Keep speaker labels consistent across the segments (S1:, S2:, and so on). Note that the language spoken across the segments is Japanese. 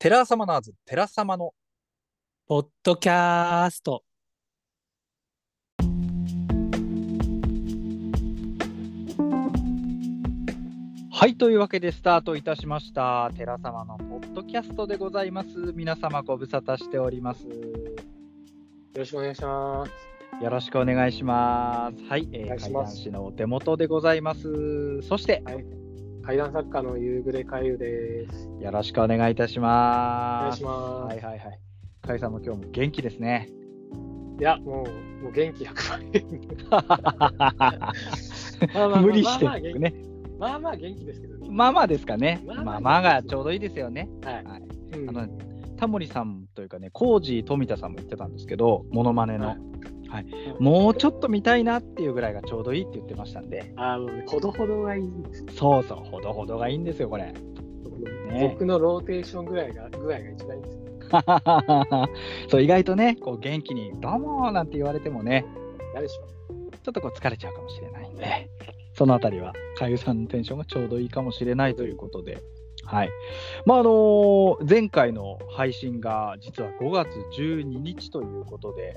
S1: テラサマナーズ、テラサマの。
S2: ポッドキャスト。
S1: はい、というわけでスタートいたしました。テラサマのポッドキャストでございます。皆様ご無沙汰しております。
S3: よろしくお願いします。
S1: よろしくお願いします。はい、え
S3: お
S1: ー、
S3: 願いし
S1: 階
S3: ます
S1: 段師のお手元でございます。そして、
S3: 怪談作家の夕暮れ海遊です。
S1: よろしくお願いいたし
S3: お願
S1: ま
S3: い
S1: す。
S3: しま
S1: は
S3: す。
S1: い
S3: い、
S1: はいはい。かいさんも今日も元気ですね。
S3: や、もう、もう元気100倍。
S1: 無理してるね。
S3: まあまあ元気ですけどね。
S1: まあまあですかね。
S3: まあまあ
S1: まあまあがちょうどいいですよね。
S3: はい。
S1: はい
S3: うん
S1: あのタモリさんというかね、コージー富田さんも言ってたんですけど、モノマネの。
S3: はい
S1: はい
S3: うん
S1: もうちょっと見たいなっていうぐらいがちょうどいいって言ってましたんで、
S3: あの、ほどほどがいいんです。
S1: そうそう、ほどほどがいいんですよ、これ。 ね
S3: 僕のローテーションぐらいが、具合が一番いいんです。
S1: そう意外とね、こう元気に、どうもーなんて言われてもね、
S3: 誰でしょう
S1: ちょっとこう疲れちゃうかもしれないんで、そのあたりは、かゆさんのテンションがちょうどいいかもしれないということで、はい。まあ、あのー前回の配信が実は5月12日ということで、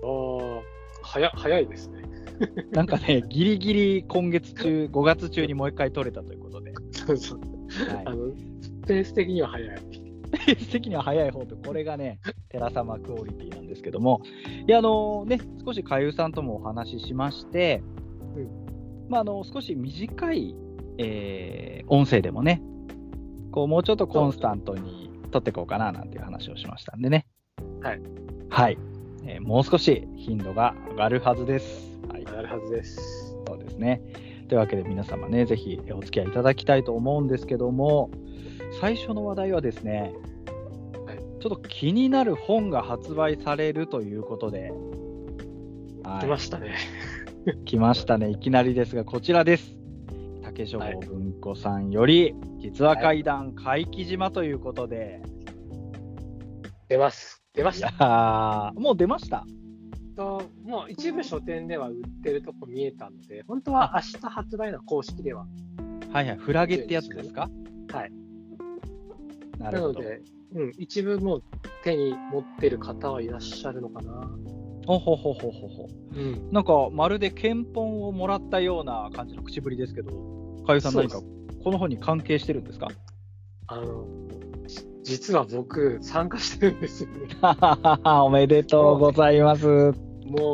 S3: ああ、早、早いですね。
S1: なんかね、ギリギリ今月中、5月中にもう一回撮れたということで、
S3: そうそう。あ
S1: は
S3: の、ペース的には早い。
S1: い、的には早い方と、これがね、寺様クオリティなんですけども、いや、あのね、少しかゆさんともお話ししまして、
S3: う
S1: まあ、あの少し短い、えー音声でもね、こうもうちょっとコンスタントに撮っていこうかななんていう話をしましたんでね。
S3: はい。
S1: はい。えーもう少し頻度が上がるはずです。はい。
S3: なるはずです。
S1: そうですね。というわけで皆様ね、ぜひお付き合いいただきたいと思うんですけども、最初の話題はですね、
S3: はい
S1: ちょっと気になる本が発売されるということで、は
S3: 来ましたね。
S1: い、来ましたね、いきなりですが、こちらです。竹書房文庫さんより、実話怪談、怪奇島ということで、
S3: 出ます。出ま
S1: い、
S3: し
S1: や
S3: た。
S1: ーもう出ました。
S3: ともう一部書店では売ってるとこ見えたので、本当は明日発売の公式では。
S1: はいはい、フラゲってやつですか
S3: はい。
S1: な
S3: な
S1: る
S3: の
S1: ほど。
S3: で、うん、一部もう手に持ってる方はいらっしゃるのかな。
S1: おほほほほほ。
S3: うん、
S1: なんかまるで憲本をもらったような感じの口ぶりですけど、かゆさん、
S3: そう
S1: 何
S3: です
S1: かこの本に関係してるんですか
S3: あの、じ実は僕、参加してるんですよね。
S1: おめでとうございます。
S3: も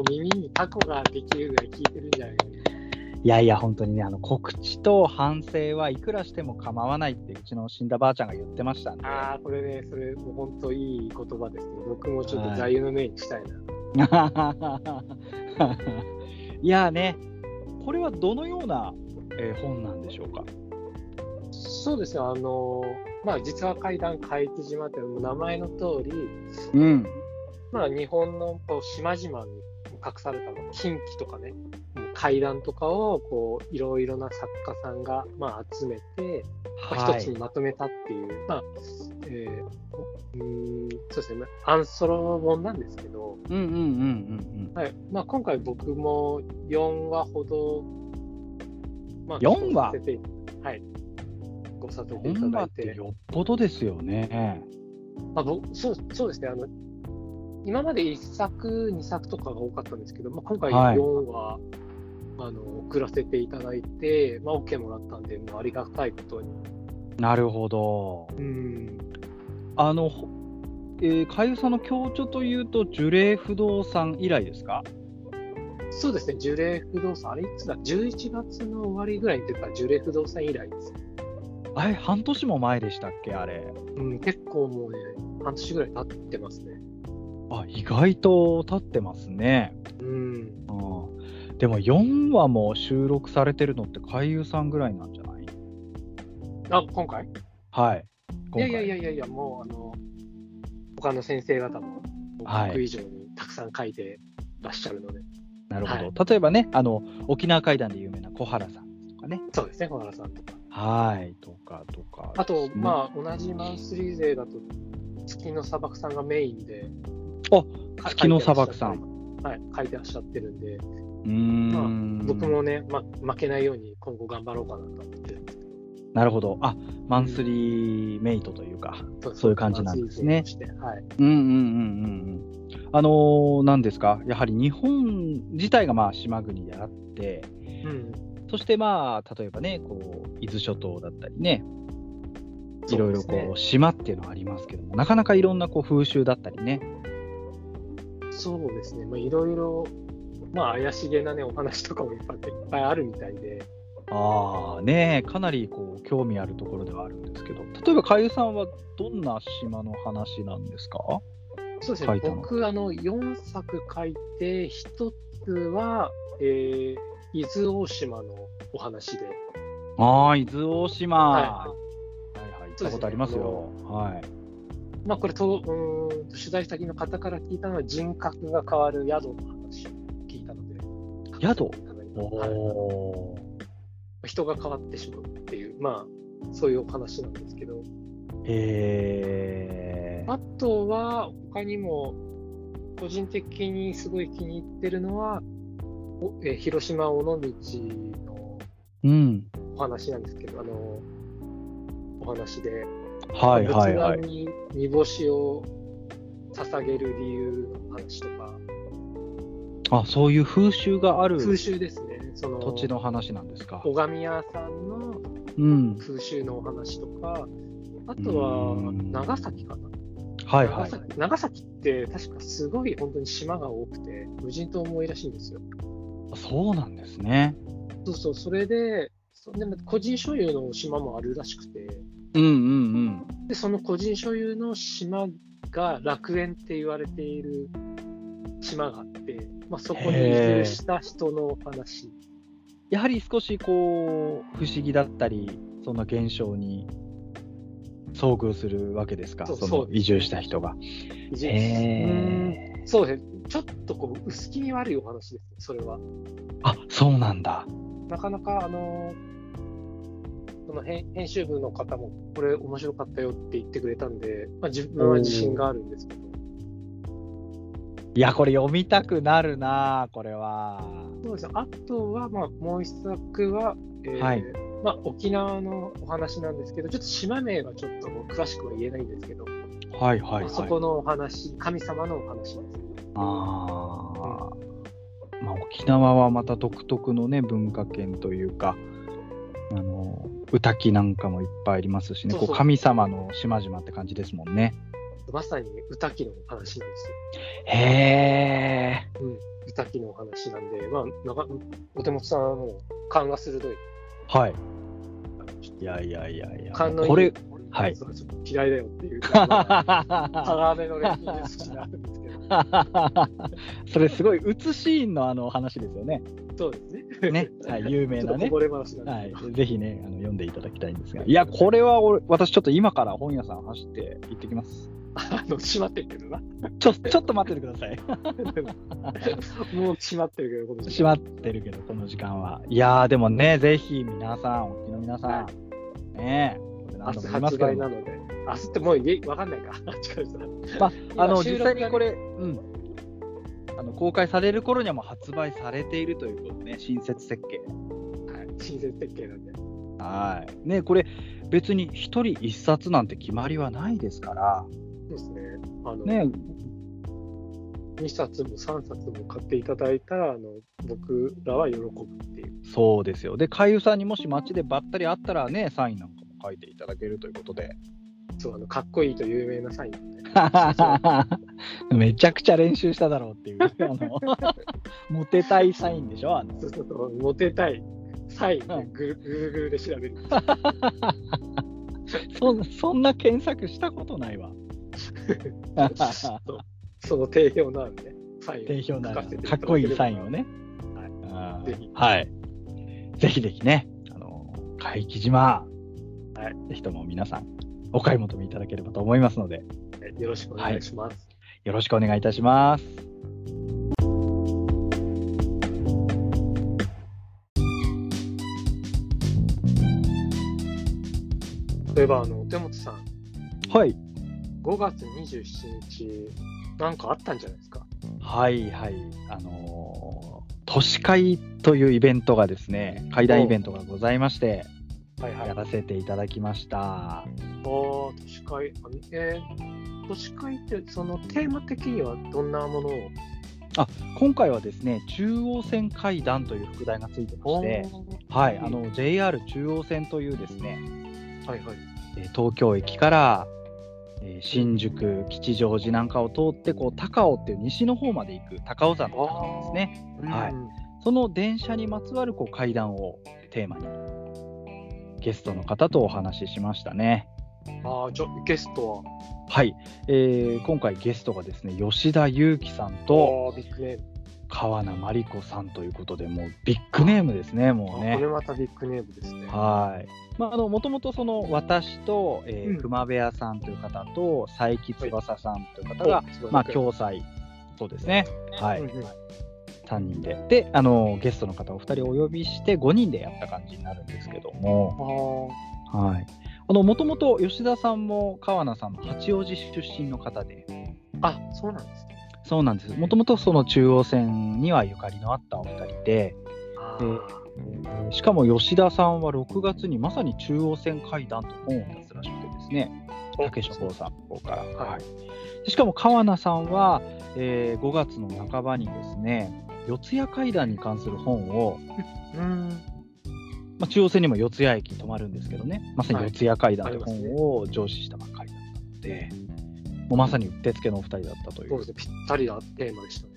S3: う耳にタコができるぐらい聞いてるんじゃないかな。
S1: いやいや、本当にね、あの告知と反省はいくらしても構わないって、うちの死んだばあちゃんが言ってま したんで、
S3: ああ、これね、それ、もう本当いい言葉ですけど、僕もちょっ
S1: は
S3: と
S1: い
S3: 座右の銘にしたいな。
S1: いやーね、これはどのような、えー本なんでしょうか。
S3: そうですね、あの、まあ、実は怪談怪奇島って、もう名前の通り、
S1: うん、
S3: まあ、日本のこう島々に隠されたまあ近畿とかね、もう怪談とかをこういろいろな作家さんがまあ集めて、まあ
S1: は
S3: 一つ
S1: い
S3: にまとめたっていう、まあえーうーんそうですね、まあアンソロ本なんですけど、
S1: うんうんうんうんうん。
S3: はいまあ、今回僕も4話ほど、まあ、
S1: 4話
S3: ごさせてはい、ごさせていた
S1: 本
S3: だ
S1: 場っ
S3: い
S1: て
S3: て、
S1: よっぽどですよね。
S3: まあ、僕そうそうですねあの、今まで1作、2作とかが多かったんですけど、まあ、今回
S1: はい
S3: 4話、あの送らせていただいて、まあ、OK もらったんで、もうありがたいことに。
S1: なるほど。
S3: うん
S1: あの、ほえー、かゆさの強調というと、樹齢不動産以来ですか
S3: そうですね、樹齢不動産、あれいつだ、11月の終わりぐらいに出た樹齢不動産以来です。
S1: あれ、半年も前でしたっけ、あれ。
S3: うん、結構もうね、半年ぐらい経ってますね。
S1: あ、意外と経ってますね。
S3: うん、
S1: うん、でも、4話も収録されてるのって、かゆさんぐらいなんじゃない
S3: あ今回
S1: はい。
S3: いやいやい
S1: や。
S3: やいやいや、もうあの、他の先生方も、
S1: はい
S3: 僕以上にたくさん書いてらっしゃるので、
S1: なるほど。例えばね、あの、沖縄怪談で有名な小原さんとかね。
S3: そうですね、小原さんとか。
S1: はい。とか、とか。
S3: あと、まあ、同じマンスリー勢だと、月の砂漠さんがメインで、
S1: あ月の砂漠さん。
S3: ん。はい、書いてらっしゃってるんで、
S1: うーん。
S3: 僕もね、ま、負けないように今後頑張ろうかなと思ってるんですけど。
S1: なるほど。あ、マンスリーメイトというか。そういう感じなんですね
S3: まずい点としてはい。
S1: うんうんうんうんうん。あのー、なんですか、やはり日本自体がまあ島国であって、
S3: うん。
S1: そしてまあ、例えばね、こう、伊豆諸島だったりね、いろいろ
S3: そうです
S1: こ
S3: ね
S1: う、島っていうのはありますけども、なかなかいろんなこう風習だったりね。
S3: そうですね、まあ、いろいろ、まあ、怪しげな、ね、お話とかもいっぱいいっぱいあるみたいで、
S1: ああ、ねえかなりこう、興味あるところではあるんですけど、例えば、かゆさんはどんな島の話なんですか
S3: そうです
S1: 書
S3: ね
S1: い、たの
S3: 僕あの、4作書いて、1つは、えー伊豆大島のお話で、
S1: ああ、伊豆大島。は、
S3: はい
S1: はい、行ったことありますよ。はい。
S3: まあ、これとうーん、取材先の方から聞いたのは、人格が変わる宿の話を聞いたので、
S1: 宿
S3: はい
S1: おー
S3: 人が変わってしまうっていう、まあ、そういうお話なんですけど。
S1: へえ。
S3: あとは、他にも、個人的にすごい気に入ってるのは、おえー広島尾道の
S1: うん。
S3: お話なんですけど、あの、お話で、
S1: はいはいはい。
S3: 仏壇に煮干しを捧げる理由の話とか、
S1: あ、そういう風習がある
S3: 風習ですね。その、
S1: 土地の話なんですか。
S3: 拝み屋さんの
S1: うん。
S3: 風習のお話とか、あとは
S1: うん
S3: 長崎かな。
S1: はいはい
S3: 長。崎長崎って確かすごい本当に島が多くて無人島も多いらしいんですよ。
S1: そうなんですね。
S3: そうそう、それで、そでも個人所有の島もあるらしくて、
S1: うんうん
S3: でその個人所有の島が楽園って言われている島があって、まあ、そこに移
S1: へー
S3: 住した人のお話。
S1: やはり少しこう、不思議だったり、そんな現象に遭遇するわけですか、
S3: そ
S1: そう
S3: そう
S1: の移住した人が。
S3: 移住
S1: へ
S3: うん
S1: え。
S3: そうですね、ちょっとこう薄気味悪いお話ですね、それは。
S1: あ、そうなんだ。
S3: なかなか、あのーその編編集部の方も、これ面白かったよって言ってくれたんで、まあ、自分は自信があるんですけど、
S1: いや、これ読みたくなるな、これは。
S3: そうですねあとは、まあ、もう一作は、えー
S1: はい
S3: まあ、沖縄のお話なんですけど、ちょっと島名はちょっと詳しくは言えないんですけど、
S1: はいはい
S3: まあそこのお話、神様のお話です。
S1: あーまあ、沖縄はまた独特のね文化圏というかあの歌きなんかもいっぱいありますしね
S3: そうそう
S1: こう神様の島々って感じですもんね。
S3: まさに歌姫のお話なんですよ。
S1: へえ
S3: 歌姫のお話なんで、まあ、なかお手元さんはもう勘が鋭い。
S1: はい。いやいやいやいや
S3: 勘のいい
S1: これはい
S3: そうそう嫌いだよっていう。鋼の錬金術師であるんですけど、
S1: それすごい写シーンのあの話ですよね。
S3: そうです
S1: ね、
S3: ね。
S1: はい、有名
S3: ちょっ
S1: な
S3: と
S1: ね
S3: こ。ぼれ話なん
S1: はい
S3: ですけど、、
S1: ぜひねあの読んでいただきたいんですがいやこれは俺私ちょっと今から本屋さん走って行ってきます。
S3: あの、閉まってるけどな。
S1: ちょちょっと待っててください。
S3: もう閉まってるけど、この
S1: 閉まってるけど、この時間は。いやー、でもね、ぜひ皆さん、お聞きの皆さん、ねえ、これ
S3: 明
S1: 何度
S3: 日
S1: も言いますけど
S3: 発売なので、明日ってもういえわかんないか。違う
S1: まあ、あの
S3: 今収
S1: 実
S3: 録が
S1: 際
S3: ね
S1: にこれ、うん、あの公開される頃にはもう発売されているということでね、新設設計。
S3: はい親切設計なんで。
S1: はい。ねこれ、別に一人一冊なんて決まりはないですから、
S3: そうですね。あの、
S1: ね
S3: 2冊も3冊も買っていただいたら、あの、僕らは喜ぶっていう。
S1: そうですよ。で、海遊さんにもし街でばったり会ったらね、サインなんかも書いていただけるということで。
S3: そう、あの、かっこいいと有名なサインなんで。
S1: めちゃくちゃ練習しただろうっていう、あのモテたいサインでしょ、あの
S3: そうそうそうモテたいサインでグルグルグルで調 べる。
S1: そそんな検索したことないわ。
S3: そうその定評のあるね、サインを
S1: 定評のあ
S3: 書かせ
S1: る
S3: て
S1: かっこいいサインを
S3: を。
S1: ね。
S3: はい
S1: あ
S3: ぜひ
S1: ーはい、ぜひぜひね、あの海木島、
S3: は
S1: ぜひとも皆さん、お買い求めいただければと思いますので、
S3: よろしくお願いします。
S1: よろしくお願いいたします。
S3: 例えば、あの、お手元さん、
S1: はい、
S3: 5月27日、なんかあったんじゃないですか。
S1: はい、はい、あのー都市会というイベントがですね、会談イベントがございまして、
S3: はいは
S1: や
S3: い。
S1: らせていただきました。
S3: おー、都市会。あえー、都市会って、そのテーマ的にはどんなものを
S1: 今回はですね、中央線会談という副題がついてまし
S3: お
S1: て、
S3: ー
S1: はい、あの JR 中央線というですね、
S3: はいはい。
S1: えー東京駅から、えー新宿、吉祥寺なんかを通ってこう高尾っていう西の方まで行く高尾山の高尾ですね。はい
S3: うん
S1: その電車にまつわるこう会談をテーマにゲストの方とお話ししましたね。
S3: ああ、ちょ、ゲストは。
S1: はい、えー今回ゲストがですね吉田裕樹さんと
S3: あー、ビッグネーム。
S1: 川名真理子さんということでもうビッグネームですねもう
S3: あこれ
S1: ね。
S3: またビッグネームですね。
S1: はいまあ、あのもともとその私と、えー
S3: うん
S1: 熊部屋さんという方と佐伯翼さんという方が、まあ、共催そうですね、はい
S3: うんうん
S1: 3人でであのゲストの方お二人お呼びして5人でやった感じになるんですけども
S3: あ
S1: もともと吉田さんも川名さんも八王子出身の方で
S3: ーあ、そうなんですね。
S1: そうなんです。もともとその中央線にはゆかりのあったお二人で、
S3: あ
S1: えーしかも吉田さんは6月にまさに中央線会談と本を出すらしくてですね、
S3: お
S1: 竹書房さんの方から。
S3: はい
S1: はいでしかも川名さんは、え5月の半ばにですね、四谷会談に関する本を、
S3: ーうん。
S1: まあ、中央線にも四谷駅に止まるんですけどね、まさに
S3: はい
S1: 四谷会談
S3: あ
S1: とい
S3: り
S1: う
S3: ますね
S1: 本を上司したばっかりだったので、もうまさにうってつけのお二人だったとい
S3: そうですね、ぴったりなテーマでしたね。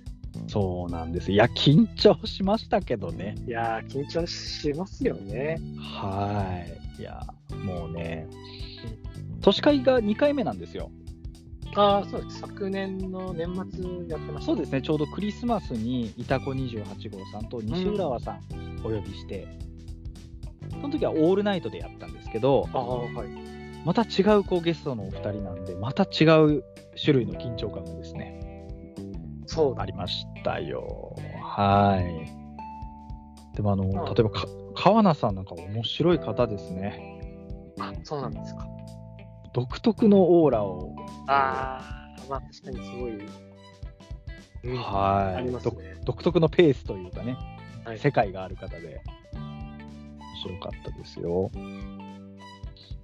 S1: そうなんです。いや、緊張しましたけどね。
S3: いやー、緊張しますよね。
S1: はい。いや、もうね、都市会が2回目なんですよ。
S3: ああ、そうです。昨年の年末やってました。
S1: そうですね、ちょうどクリスマスにいたこ28号さんと西浦和さんお呼びして、その時はオールナイトでやったんですけど、
S3: ああ、はい。
S1: また違うこうゲストのお二人なんで、また違う種類の緊張感がですね、
S3: そうだ
S1: あ。りましたよ。はい。でもあの、例えばか川名さんなんか面白い方ですね。
S3: あそうなんですか。
S1: 独特のオーラを、
S3: ああ、まあ確かにすごい。うん
S1: は
S3: あります
S1: 独
S3: ね。
S1: 独特のペースというかね、
S3: はい
S1: 世界がある方で面白かったですよ。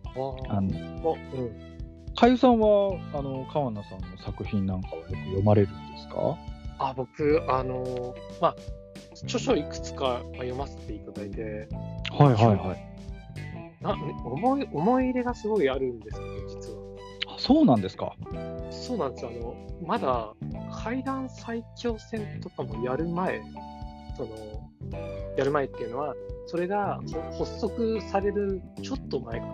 S3: あー
S1: あの
S3: おうん。
S1: かゆさんはあの川名さんの作品なんかはよく読まれるんですか
S3: あ、僕、あのーまあ、著書いくつかまあ読ませていただいて、
S1: はい。
S3: はいはいなね思い思い入れがすごいあるんですけど、実は。
S1: あそうなんですか。
S3: そうなんですよ。あの、まだ階段最強戦とかもやる前、その、やる前っていうのは、それがそ発足されるちょっと前かな。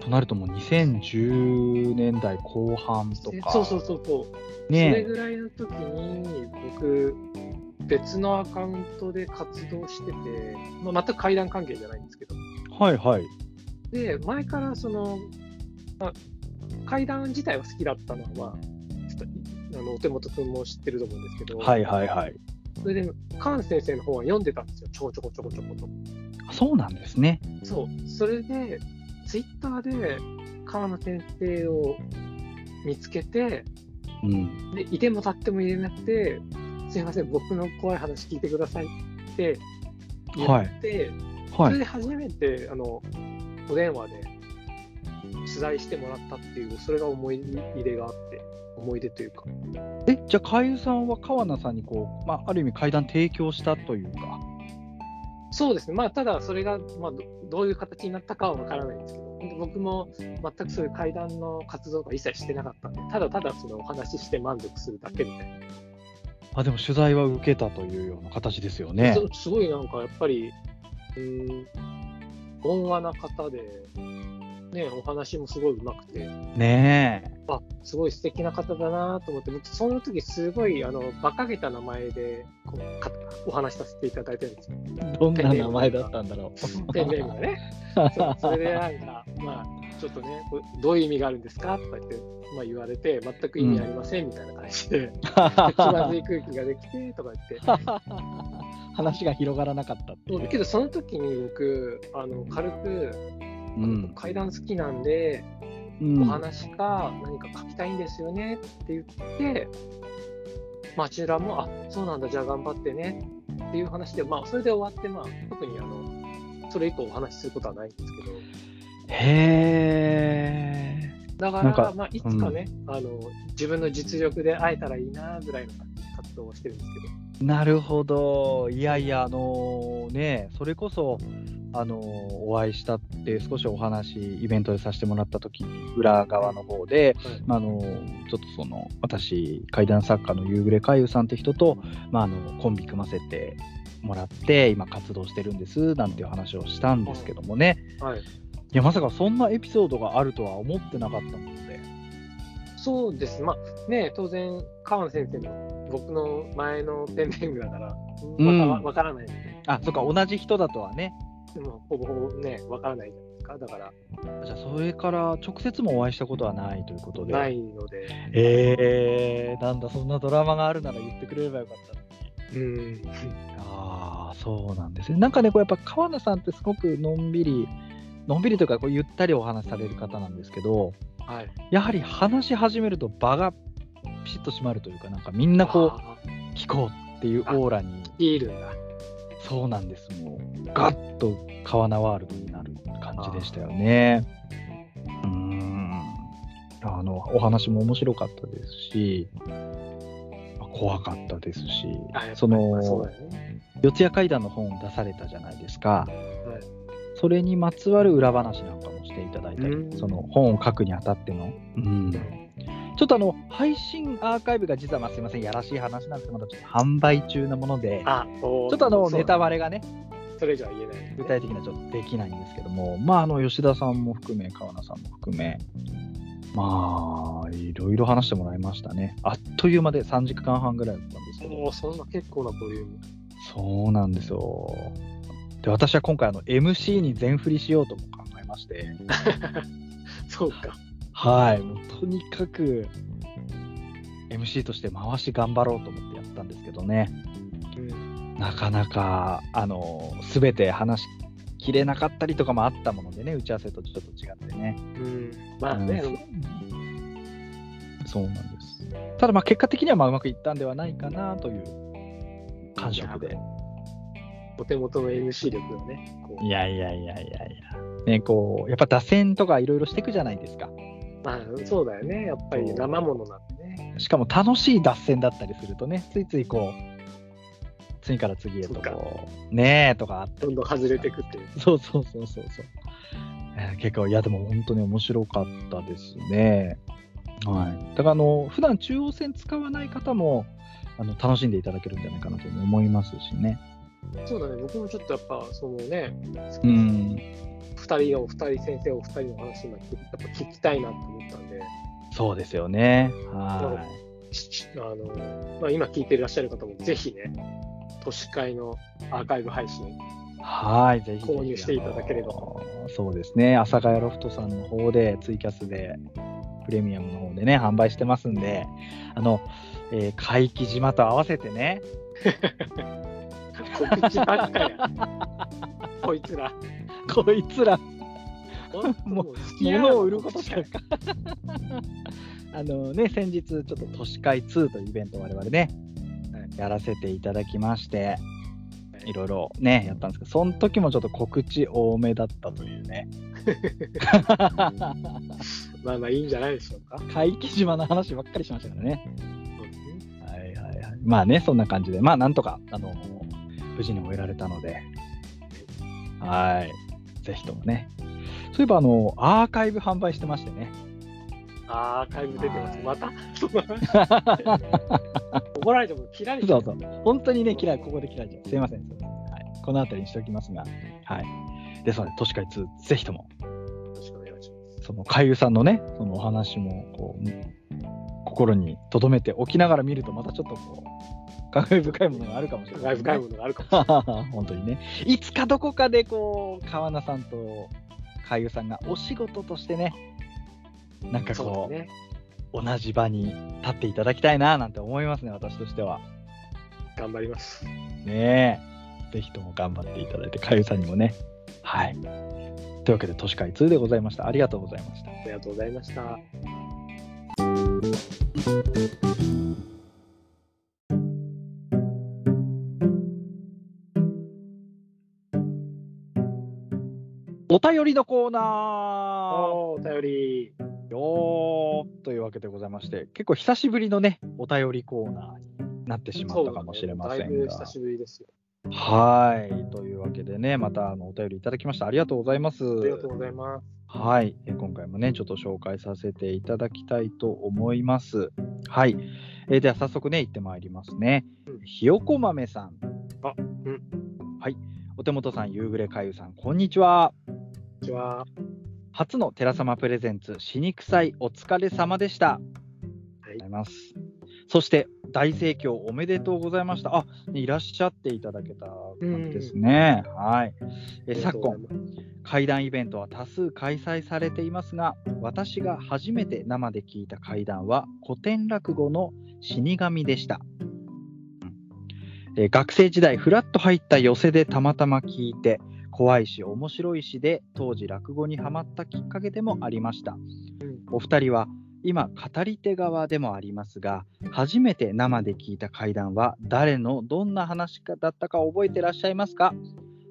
S1: となるともう2010年代後半とか。
S3: そうそうそうそう。それ
S1: ね
S3: ぐらいの時に、僕、別のアカウントで活動してて、まあ、全く階段関係じゃないんですけど、
S1: はいはい。
S3: で、前からその、まあ、階段自体は好きだったのは、まあ、ちょっとあのお手元君も知ってると思うんですけど、
S1: はいはいはい。
S3: それで、菅先生の本は読んでたんですよ、ちょこちょこちょこちょこと。
S1: あそうなんですね。
S3: そう、それで、ツイッターで川野先生を見つけて、
S1: うん。
S3: でいても立っても入れなくて、すいません、僕の怖い話聞いてくださいって言
S1: は
S3: って、そ
S1: は
S3: れで
S1: い。
S3: 初めてあのお電話で取材してもらったっていう、それが思い入れがあって、思い出というか、
S1: え、じゃあ、かゆさんは川名さんにこう、まあ、ある意味、階段提供したというか。
S3: そうですね、まあ、ただそれが、まあ、どどういう形になったかは分からないんですけど、本当僕も全くそういう会談の活動とか一切してなかったんで、ただただそのお話しして満足するだけみたいな、
S1: あでも取材は受けたというような形ですよね。
S3: すすごいなんかやっぱり、うーん、温和な方で、ね、お話もすごい上手くて、
S1: ね
S3: あすごい素敵な方だなと思って、僕、その時すごいあの馬鹿げた名前でこうかお話しさせていただいてるんですよ、
S1: え。どんな名前だったんだろ
S3: ペンネームがね。そうそれでなんか、まあ、ちょっとね、これどういう意味があるんですかとか言って、まあ、言われて、全く意味ありませんみたいな感じで、 気まず
S1: う。
S3: い空気ができてとか言 って、
S1: 話が広がらなかったってい
S3: そう
S1: う。
S3: けどその時に僕、あの軽く、
S1: うん
S3: 階段好きなんで、
S1: うん
S3: お話か何か書きたいんですよねって言って、まあ、あちらも、あそうなんだ、じゃあ頑張ってねっていう話で、まあ、それで終わって、まあ、特にあのそれ以降お話しすることはないんですけど、
S1: へえ。
S3: だか
S1: な
S3: ら、
S1: んか
S3: まあ、いつかね、あの、自分の実力で会えたらいいなぐらいの活動をしてるんですけど、
S1: なるほど、いやいや、あのね、それこそ、あのお会いしたって、少しお話、イベントでさせてもらった時に、裏側の方で、
S3: はい
S1: まああのちょっとその、私、怪談作家の夕暮れ海遊さんって人と、まああの、コンビ組ませてもらって、今、活動してるんですなんていう話をしたんですけどもね、
S3: はい、
S1: いや、まさかそんなエピソードがあるとは思ってなかったので、
S3: そうです、まあね、当然、川野先生の僕の前のペンネームだから、わ、
S1: うん
S3: わからないんでね、
S1: あそっか、同じ人だとはね、
S3: でもほぼほぼね、わからないじゃないですか、だから、
S1: じゃあ、それから直接もお会いしたことはないということで。
S3: ないので、
S1: えー、なんだ、そんなドラマがあるなら言ってくれればよかったのに。
S3: うん、
S1: ああ、そうなんですね。なんかね、こうやっぱ川名さんってすごくのんびり、のんびりというか、こうゆったりお話しされる方なんですけど、
S3: はい。
S1: やはり話し始めると場がピシッと締まるというか、なんかみんなこ
S3: あー
S1: う、聞こうっていうオーラに、
S3: いるんだ。
S1: そうなんです、もう、ガッと川名ワールドになる感じでしたよね。うーん。あの、お話も面白かったですし、まあ怖かったですし
S3: あやっぱ、り
S1: そ
S3: そう
S1: の
S3: だ、よね。
S1: 四谷怪談の本を出されたじゃないですか。
S3: はい
S1: それにまつわる裏話なんかもしていただいたり、
S3: うん
S1: その本を書くにあたっての。うんちょっとあの配信アーカイブが実は、まあ、すいません、やらしい話なんですけど、まだちょっと販売中なもので、
S3: あ、ちょ
S1: ちょっとあのネタバレがね、
S3: それ以上は言えない、
S1: 具体的にはちょっとできないんですけども、まあ、あの吉田さんも含め、川名さんも含め、まあ、いろいろ話してもらいましたね。あっという間で3時間半ぐらいだったんですけど、
S3: おお、そんな結構なボリューム。
S1: そうなんですよ。で、私は今回、あの MC に全振りしようとも考えまして、
S3: そうか。
S1: はい、もうとにかく MC として回し頑張ろうと思ってやったんですけどね、
S3: うん、
S1: なかなか、あの、すべて話しきれなかったりとかもあったものでね、打ち合わせとちょっと違ってね。
S3: うん、まあね、
S1: そうなんです。ただまあ結果的にはまあうまくいったんではないかなという感触で。
S3: お手元の MC 力をね、こ
S1: いやいやいやいやいや。ね、こう、やっぱ打線とかいろいろしていくじゃないですか。
S3: う、まあそうだよね、やっぱり生ものなんでね。
S1: しかも楽しい脱線だったりするとね、ついついこう、次から次へと
S3: そ
S1: こう、ねえとかあって
S3: どんどん外れてくっていう。
S1: そうそうそうそうそう。えー結構、いや、でも本当に面白かったですね。はい。だから、あの、普段中央線使わない方も、あの楽しんでいただけるんじゃないかなと思いますしね。
S3: そうだね、僕もちょっとやっぱ、そのね、
S1: うん、
S3: 二人のお二人、先生お二人の話になって、やっぱ聞きたいなと思ったんで、
S1: そうですよね。は
S3: あの、まあ今聞いていらっしゃる方も、ぜひね、都市会のアーカイブ配信、
S1: い。はい、ぜひぜひ。
S3: 購入していただければ
S1: あの。そうですね。阿佐ヶ谷ロフトさんの方で、ツイキャスで、プレミアムの方でね、販売してますんで、あの、えー、怪奇島と合わせてね、
S3: 告知ばっかや。こいつ ら、
S1: こいつら
S3: 本当もう好きや
S1: 物を売ることしかあのね先日ちょっと都市会2というイベントを我々ね、
S3: はい
S1: やらせていただきまして
S3: はい
S1: いろいろねやったんですけどその時もちょっと告知多めだったという ね
S3: まあまあいいんじゃないでしょうか。
S1: 怪奇島の話ばっかりしましたからねはいはいはいまあねそんな感じでまあなんとかあの無事に終えられたのではいぜひともねそういえばあのアーカイブ販売してましてね
S3: ああ、怪物出てます。
S1: は
S3: また 怒られても嫌いでし
S1: そ
S3: ょ
S1: うそう。本当にね、嫌い、ここで嫌いじゃん。すいません。すいませんはい、この辺りにしておきますが。はい。ですので、都市会2、ぜひとも、
S3: よろしくお願いします。
S1: その、海遊さんのね、そのお話も、こう、心に留めておきながら見ると、またちょっとこう、感慨深いものがあるかもしれない、
S3: 外部買い物があるかもし
S1: 本当にね。いつかどこかで、こう、川名さんと海遊さんがお仕事としてね、なんか
S3: れない。そ
S1: こ
S3: う
S1: う、
S3: だね。
S1: 同じ場に立っていただきたいな、なんて思いますね、私としては。
S3: 頑張ります。
S1: ねえ。ぜひとも頑張っていただいて、かゆさんにもね。はい。というわけで、都市会2でございました。ありがとうございました。
S3: ありがとうございました。
S1: お便りのコーナー
S3: あお便り。
S1: よーというわけでございまして、結構久しぶりのね、お便りコーナーになってしまったかもしれませ
S3: そうだね
S1: ん
S3: だいぶ
S1: が。
S3: 久しぶりですよ。
S1: はい。というわけでね、またあのお便りいただきました。ありがとうございます。
S3: ありがとうございます。
S1: はい、えー今回もね、ちょっと紹介させていただきたいと思います。はい、えーでは早速ね、行ってまいりますね
S3: うん。
S1: ひよこ豆さん。
S3: あうん
S1: はい、お手元さん、夕暮れかゆさん、こんにちは。
S3: こんにちは。
S1: 初の寺様プレゼンツ、死に臭いお疲れ様でした。
S3: はい
S1: ありがとうございます。そして大盛況おめでとうございました。あ、いらっしゃっていただけた感じですね。はい。え昨今、
S3: 今。
S1: 怪談イベントは多数開催されていますが私が初めて生で聞いた怪談は古典落語の「死神」でした、うんえー学生時代フラッと入った寄席でたまたま聞いて怖いし面白いしで当時落語にハマったきっかけでもありました
S3: うん
S1: お二人は今語り手側でもありますが初めて生で聞いた怪談は誰のどんな話かだったか覚えてらっしゃいますか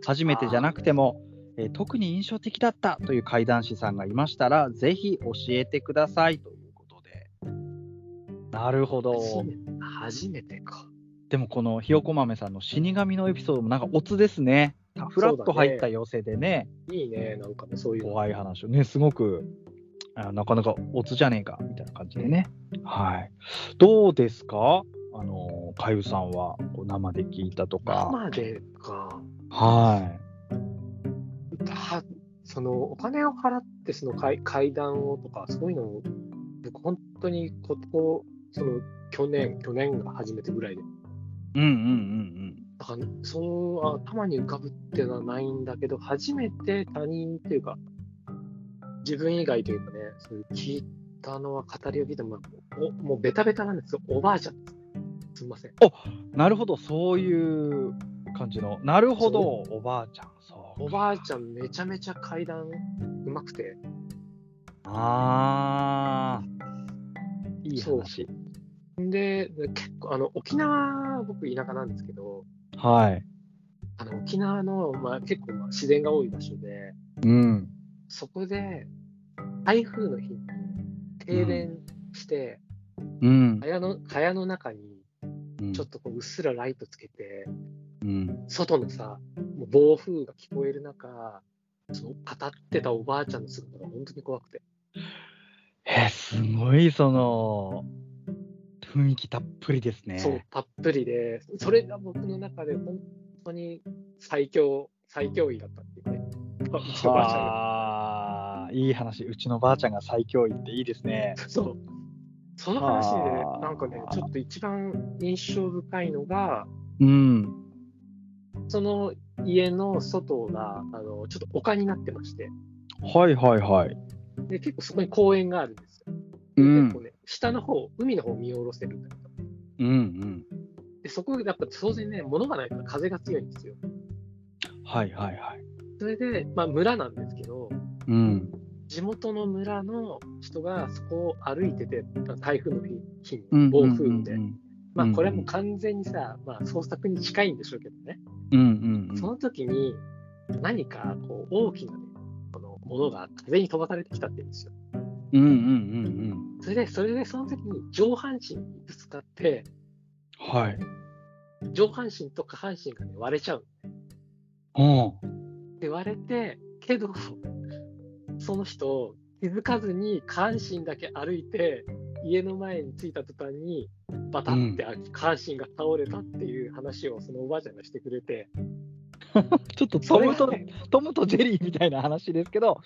S1: 初めてじゃなくても、えー特に印象的だったという怪談師さんがいましたらぜひ教えてくださいということでなるほど
S3: 初めて初めてか。
S1: でもこのひよこ豆さんの死神のエピソードもなんかオツですねフラッと入った寄せでね
S3: いいね、なんかね、そういうの。
S1: 怖い話をね、すごく、あなかなかオツじゃねえか、みたいな感じでね。はい。どうですかあの、かゆさんは、こう生で聞いたとか。
S3: 生でか。
S1: は
S3: はそのお金を払ってその階階段をとかそういうのを僕本当にここその去年去年が初めてぐらいで
S1: い。うんうんうん
S3: だからその頭に浮かぶっていうのはないんだけど初めて他人っていうか自分以外というかねそういう聞いたのは語りを聞いたのはおもうベタベタなんですよおばあちゃんですすみません
S1: うん。なるほど、そういう感じの。なるほど、
S3: そ
S1: おばあちゃん。そう。
S3: おばあちゃんめちゃめちゃ階段うまくて
S1: あー。いい
S3: そう
S1: 話。
S3: で結構あの沖縄僕田舎なんですけど
S1: はい。
S3: あの沖縄の、まあ、結構まあ自然が多い場所で、
S1: うん。
S3: そこで台風の日に停電して、
S1: うん。
S3: 蚊帳の蚊帳の中に
S1: うん
S3: ちょっとこううっすらライトつけて、
S1: うん。
S3: 外のさ、もう暴風が聞こえる中、その語ってたおばあちゃんの姿が本当に怖くて、
S1: えー、すごい、その、雰囲気たっぷりですね。
S3: そうたっぷりで、それが僕の中で本当に最強、最強位だったっていうね、うちのおばあちゃんが。
S1: はあいい話、うちのばあちゃんが最強位っていいですね。
S3: そう。その話で
S1: は、あ
S3: なんかね、ちょっと一番印象深いのが、
S1: うん。
S3: その家の外が、あの、ちょっと丘になってまして、
S1: はいはいはい。
S3: で、結構そこに公園があるんですよ。
S1: う
S3: 結構
S1: ん。
S3: ね、下の方、海の方を見下ろせるんだけど。
S1: うん
S3: で、そこがやっぱ当然ね、物がないから風が強いんですよ。
S1: うん。はいはいはい。
S3: それで、まあ村なんですけど、
S1: うん。
S3: 地元の村の人がそこを歩いてて、台風の日日
S1: うん
S3: に、暴風で
S1: う。ん
S3: まあこれは
S1: う
S3: もうん完全にさ、まあ捜索に近いんでしょうけどね。
S1: うんうん。
S3: その時に何かこう大きな、ね、このものが風に飛ばされてきたって言うんですよ。
S1: うんうんうん
S3: それで、それでその時に上半身にぶつかって、
S1: うん。はい。
S3: 上半身と下半身が、ね、割れちゃう。
S1: うん。
S3: で、割れて、けど、その人、気づかずに下半身だけ歩いて、家の前に着いた途端に、バタって下半身が倒れたっていう話をそのおばあちゃんがしてくれて、
S1: ちょっと
S3: そ
S1: ト
S3: れ
S1: ム
S3: が
S1: と
S3: ね、
S1: トムとジェリーみたいな話ですけど、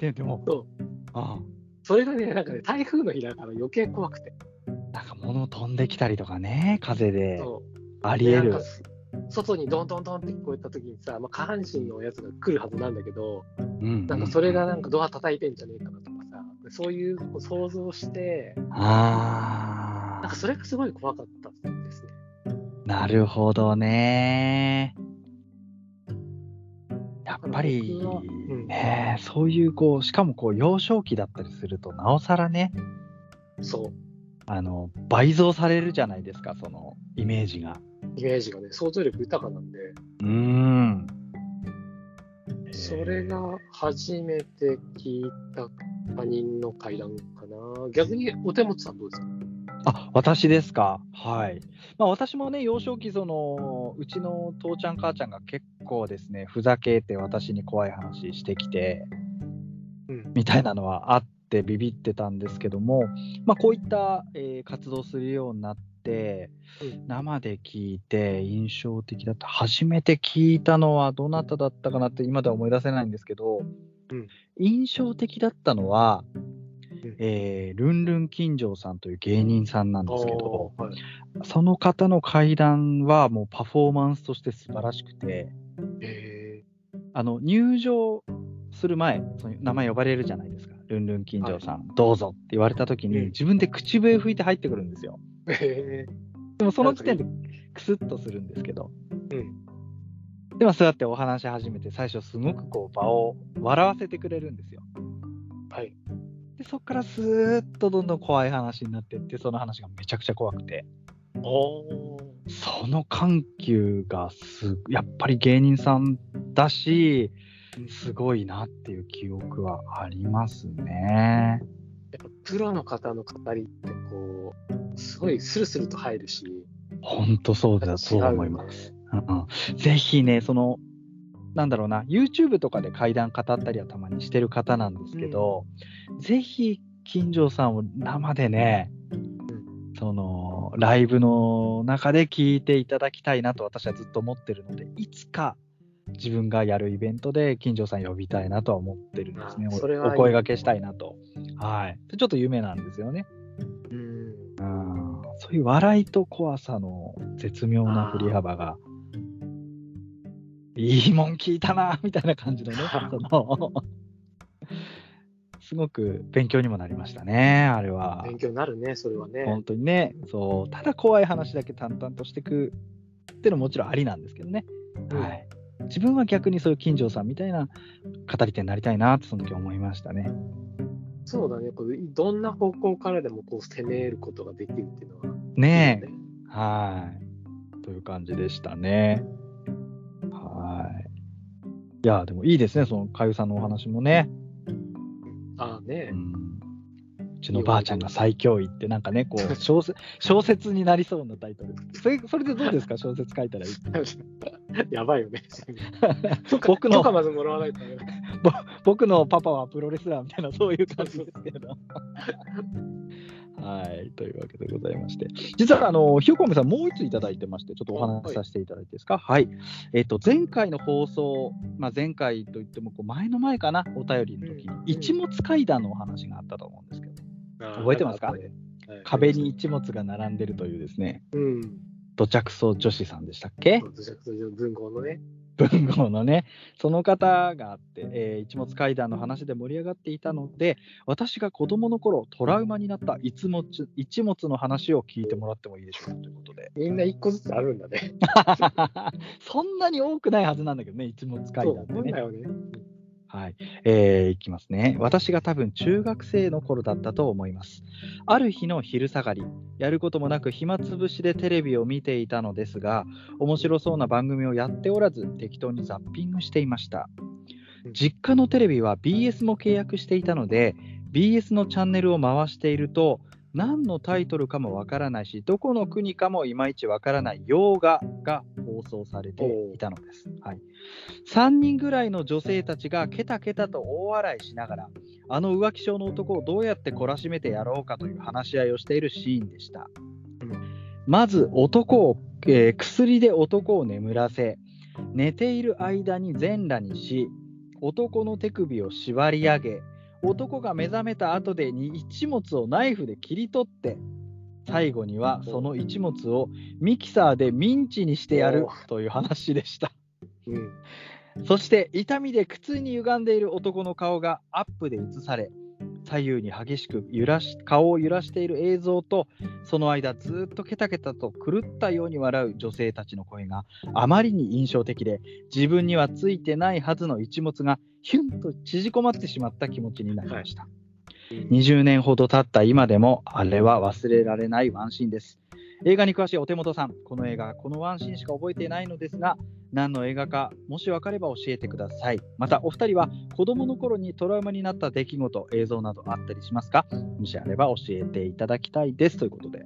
S1: ででも、
S3: そう
S1: あ
S3: それがね、なんかね、台風の日だから余計怖くて。
S1: あなんか物飛んできたりとかね、風で
S3: そう
S1: ありえ
S3: で
S1: る
S3: なんか。す外にドンドンドンって聞こえた時にさ、まあ、下半身のやつが来るはずなんだけど、
S1: うん
S3: なんかそれがなんかドア叩いてんじゃねえかなとかさ、そういうこう想像して、
S1: あ
S3: なんか
S1: あ、
S3: それがすごい怖かったですね。
S1: なるほどね。やっぱり
S3: 僕はうん
S1: ね、そういうこうしかもこう幼少期だったりするとなおさらね
S3: そ
S1: あの倍増されるじゃないですかそのイメージが。
S3: う、イメージがね、想像力豊かなんで、
S1: うーん。
S3: そそれが初めて聞いた他人の会談かな。逆にお手持ちさんどうですか
S1: あ私ですか、はいまあ、私もね幼少期そのうちの父ちゃん母ちゃんが結構ですねふざけて私に怖い話してきて
S3: うん。
S1: みたいなのはあってビビってたんですけども、まあ、こういった、えー活動するようになって
S3: うん
S1: 生で聞いて印象的だった初めて聞いたのはどなただったかなって今では思い出せないんですけど、
S3: うん
S1: 印象的だったのは、
S3: ん
S1: えールンルン金城さんという芸人さんなんですけど。
S3: おーはい
S1: その方の階段はもうパフォーマンスとして素晴らしくて、
S3: え
S1: あの入場する前、その名前呼ばれるじゃないですか、ルンルン金城さん、どうぞって言われたとき
S3: うん
S1: に、自分で口笛吹いて入ってくるんですよ。
S3: ー、え
S1: でもその時点でクスッとするんですけど、
S3: ー、うん。
S1: でもそうやってお話し始めて、最初、すごくこう場を笑わせてくれるんですよ。
S3: はい。
S1: でそこからスーッとどんどん怖い話になっていって、その話がめちゃくちゃ怖くて。
S3: おー
S1: その緩急がすやっぱり芸人さんだしすごいなっていう記憶はありますね。
S3: やっぱプロの方の語りってこう、すごいスルスルと入るし、
S1: ほんとそうだと思います。
S3: す。
S1: うんぜひねそのなんだろうな YouTube とかで怪談語ったりはたまにしてる方なんですけど、ぜひ金城さんを生でね、そのライブの中で聞いていただきたいなと私はずっと思ってるのでいつか自分がやるイベントで金城さん呼びたいなとは思ってるんですね
S3: あ
S1: お
S3: それはいい
S1: お声がけしたいなとはいちょっと夢なんですよね
S3: うん。
S1: うんそういう笑いと怖さの絶妙な振り幅が、いいもん聞いたな、みたいな感じ のね、そのすごく勉強にもなりましたね、あれは。
S3: 勉強になるね、それはね
S1: 本。当にね、そう、ただ怖い話だけ淡々としていくっていうのももちろんありなんですけどね。
S3: うん
S1: はい自分は逆にそういう金城さんみたいな語り手になりたいなってその時思いましたね。
S3: そうだね。こうどんな方向からでもこう攻めることができるっていうのは、
S1: ねえ
S3: いいよ。
S1: はい。という感じでしたね。はい。いや、でもいいですね、そのかゆさんのお話もね。
S3: ああね
S1: う。んうちのばあちゃんが最強位って、なんかね、こう小説、小説になりそうなタイトル。それそれでどうですか、小説書いたらいい。
S3: やばい よね。
S1: 僕の
S3: 許可まずもらわないとね。
S1: 僕のパパはプロレスラーみたいな、そういう感じですけど。はい、というわけでございまして、実はあのひよこめさん、もう一ついただいてまして、ちょっとお話しさせていただいていいですか。はい、えっ、と、前回の放送、まあ、前回といっても、こう前の前かな、お便りの時
S3: うん
S1: に、一物階段のお話があったと思うんですけど、
S3: 覚
S1: 覚えてますか壁に。一物が並んでるというですね、
S3: うん。
S1: 土着層女子さんでしたっけ
S3: そうそうそう文豪のね。、
S1: 文 豪のね、その方があって、えー一物怪談の話で盛り上がっていたので、私が子供の頃トラウマになった一物一物の話を聞いてもらってもいいでしょうかということで
S3: みんな一個ずつあるんだね。
S1: そんなに多くないはずなんだけどね、一物怪
S3: そう
S1: 談っ
S3: 思
S1: て
S3: うんだ
S1: ね。
S3: よね。
S1: はい、えーいきますね。私が多分中学生の頃だったと思います。ある日の昼下がり、やることもなく暇つぶしでテレビを見ていたのですが、面白そうな番組をやっておらず、適当にザッピングしていました。実家のテレビは BS も契約していたので、BS のチャンネルを回していると、何のタイトルかもわからないし、どこの国かもいまいちわからない洋画が放送されていたのです。はい、3人ぐらいの女性たちがケタケタと大笑いしながら、あの浮気症の男をどうやって懲らしめてやろうかという話し合いをしているシーンでした。まず男を、えー薬で男を眠らせ、寝ている間に全裸にし、男の手首を縛り上げ、男が目覚めた後でに一物をナイフで切り取って、最後にはその一物をミキサーでミンチにしてやる
S3: お
S1: という話でした。
S3: うん。
S1: そして痛みで苦痛に歪んでいる男の顔がアップで映され左右に激しく揺らし顔を揺らしている映像とその間ずっとケタケタと狂ったように笑う女性たちの声があまりに印象的で自分にはついてないはずの一物がヒュンと縮こまってしまった気持ちになりました。20年ほど経った今でもあれは忘れられないワンシーンです。映画に詳しいお手元さん、この映画、このワンシーンしか覚えていないのですが、何の映画か、もし分かれば教えてください。また、お二人は子供の頃にトラウマになった出来事、映像などあったりしますかもしあれば教えていただきたいです。ということで、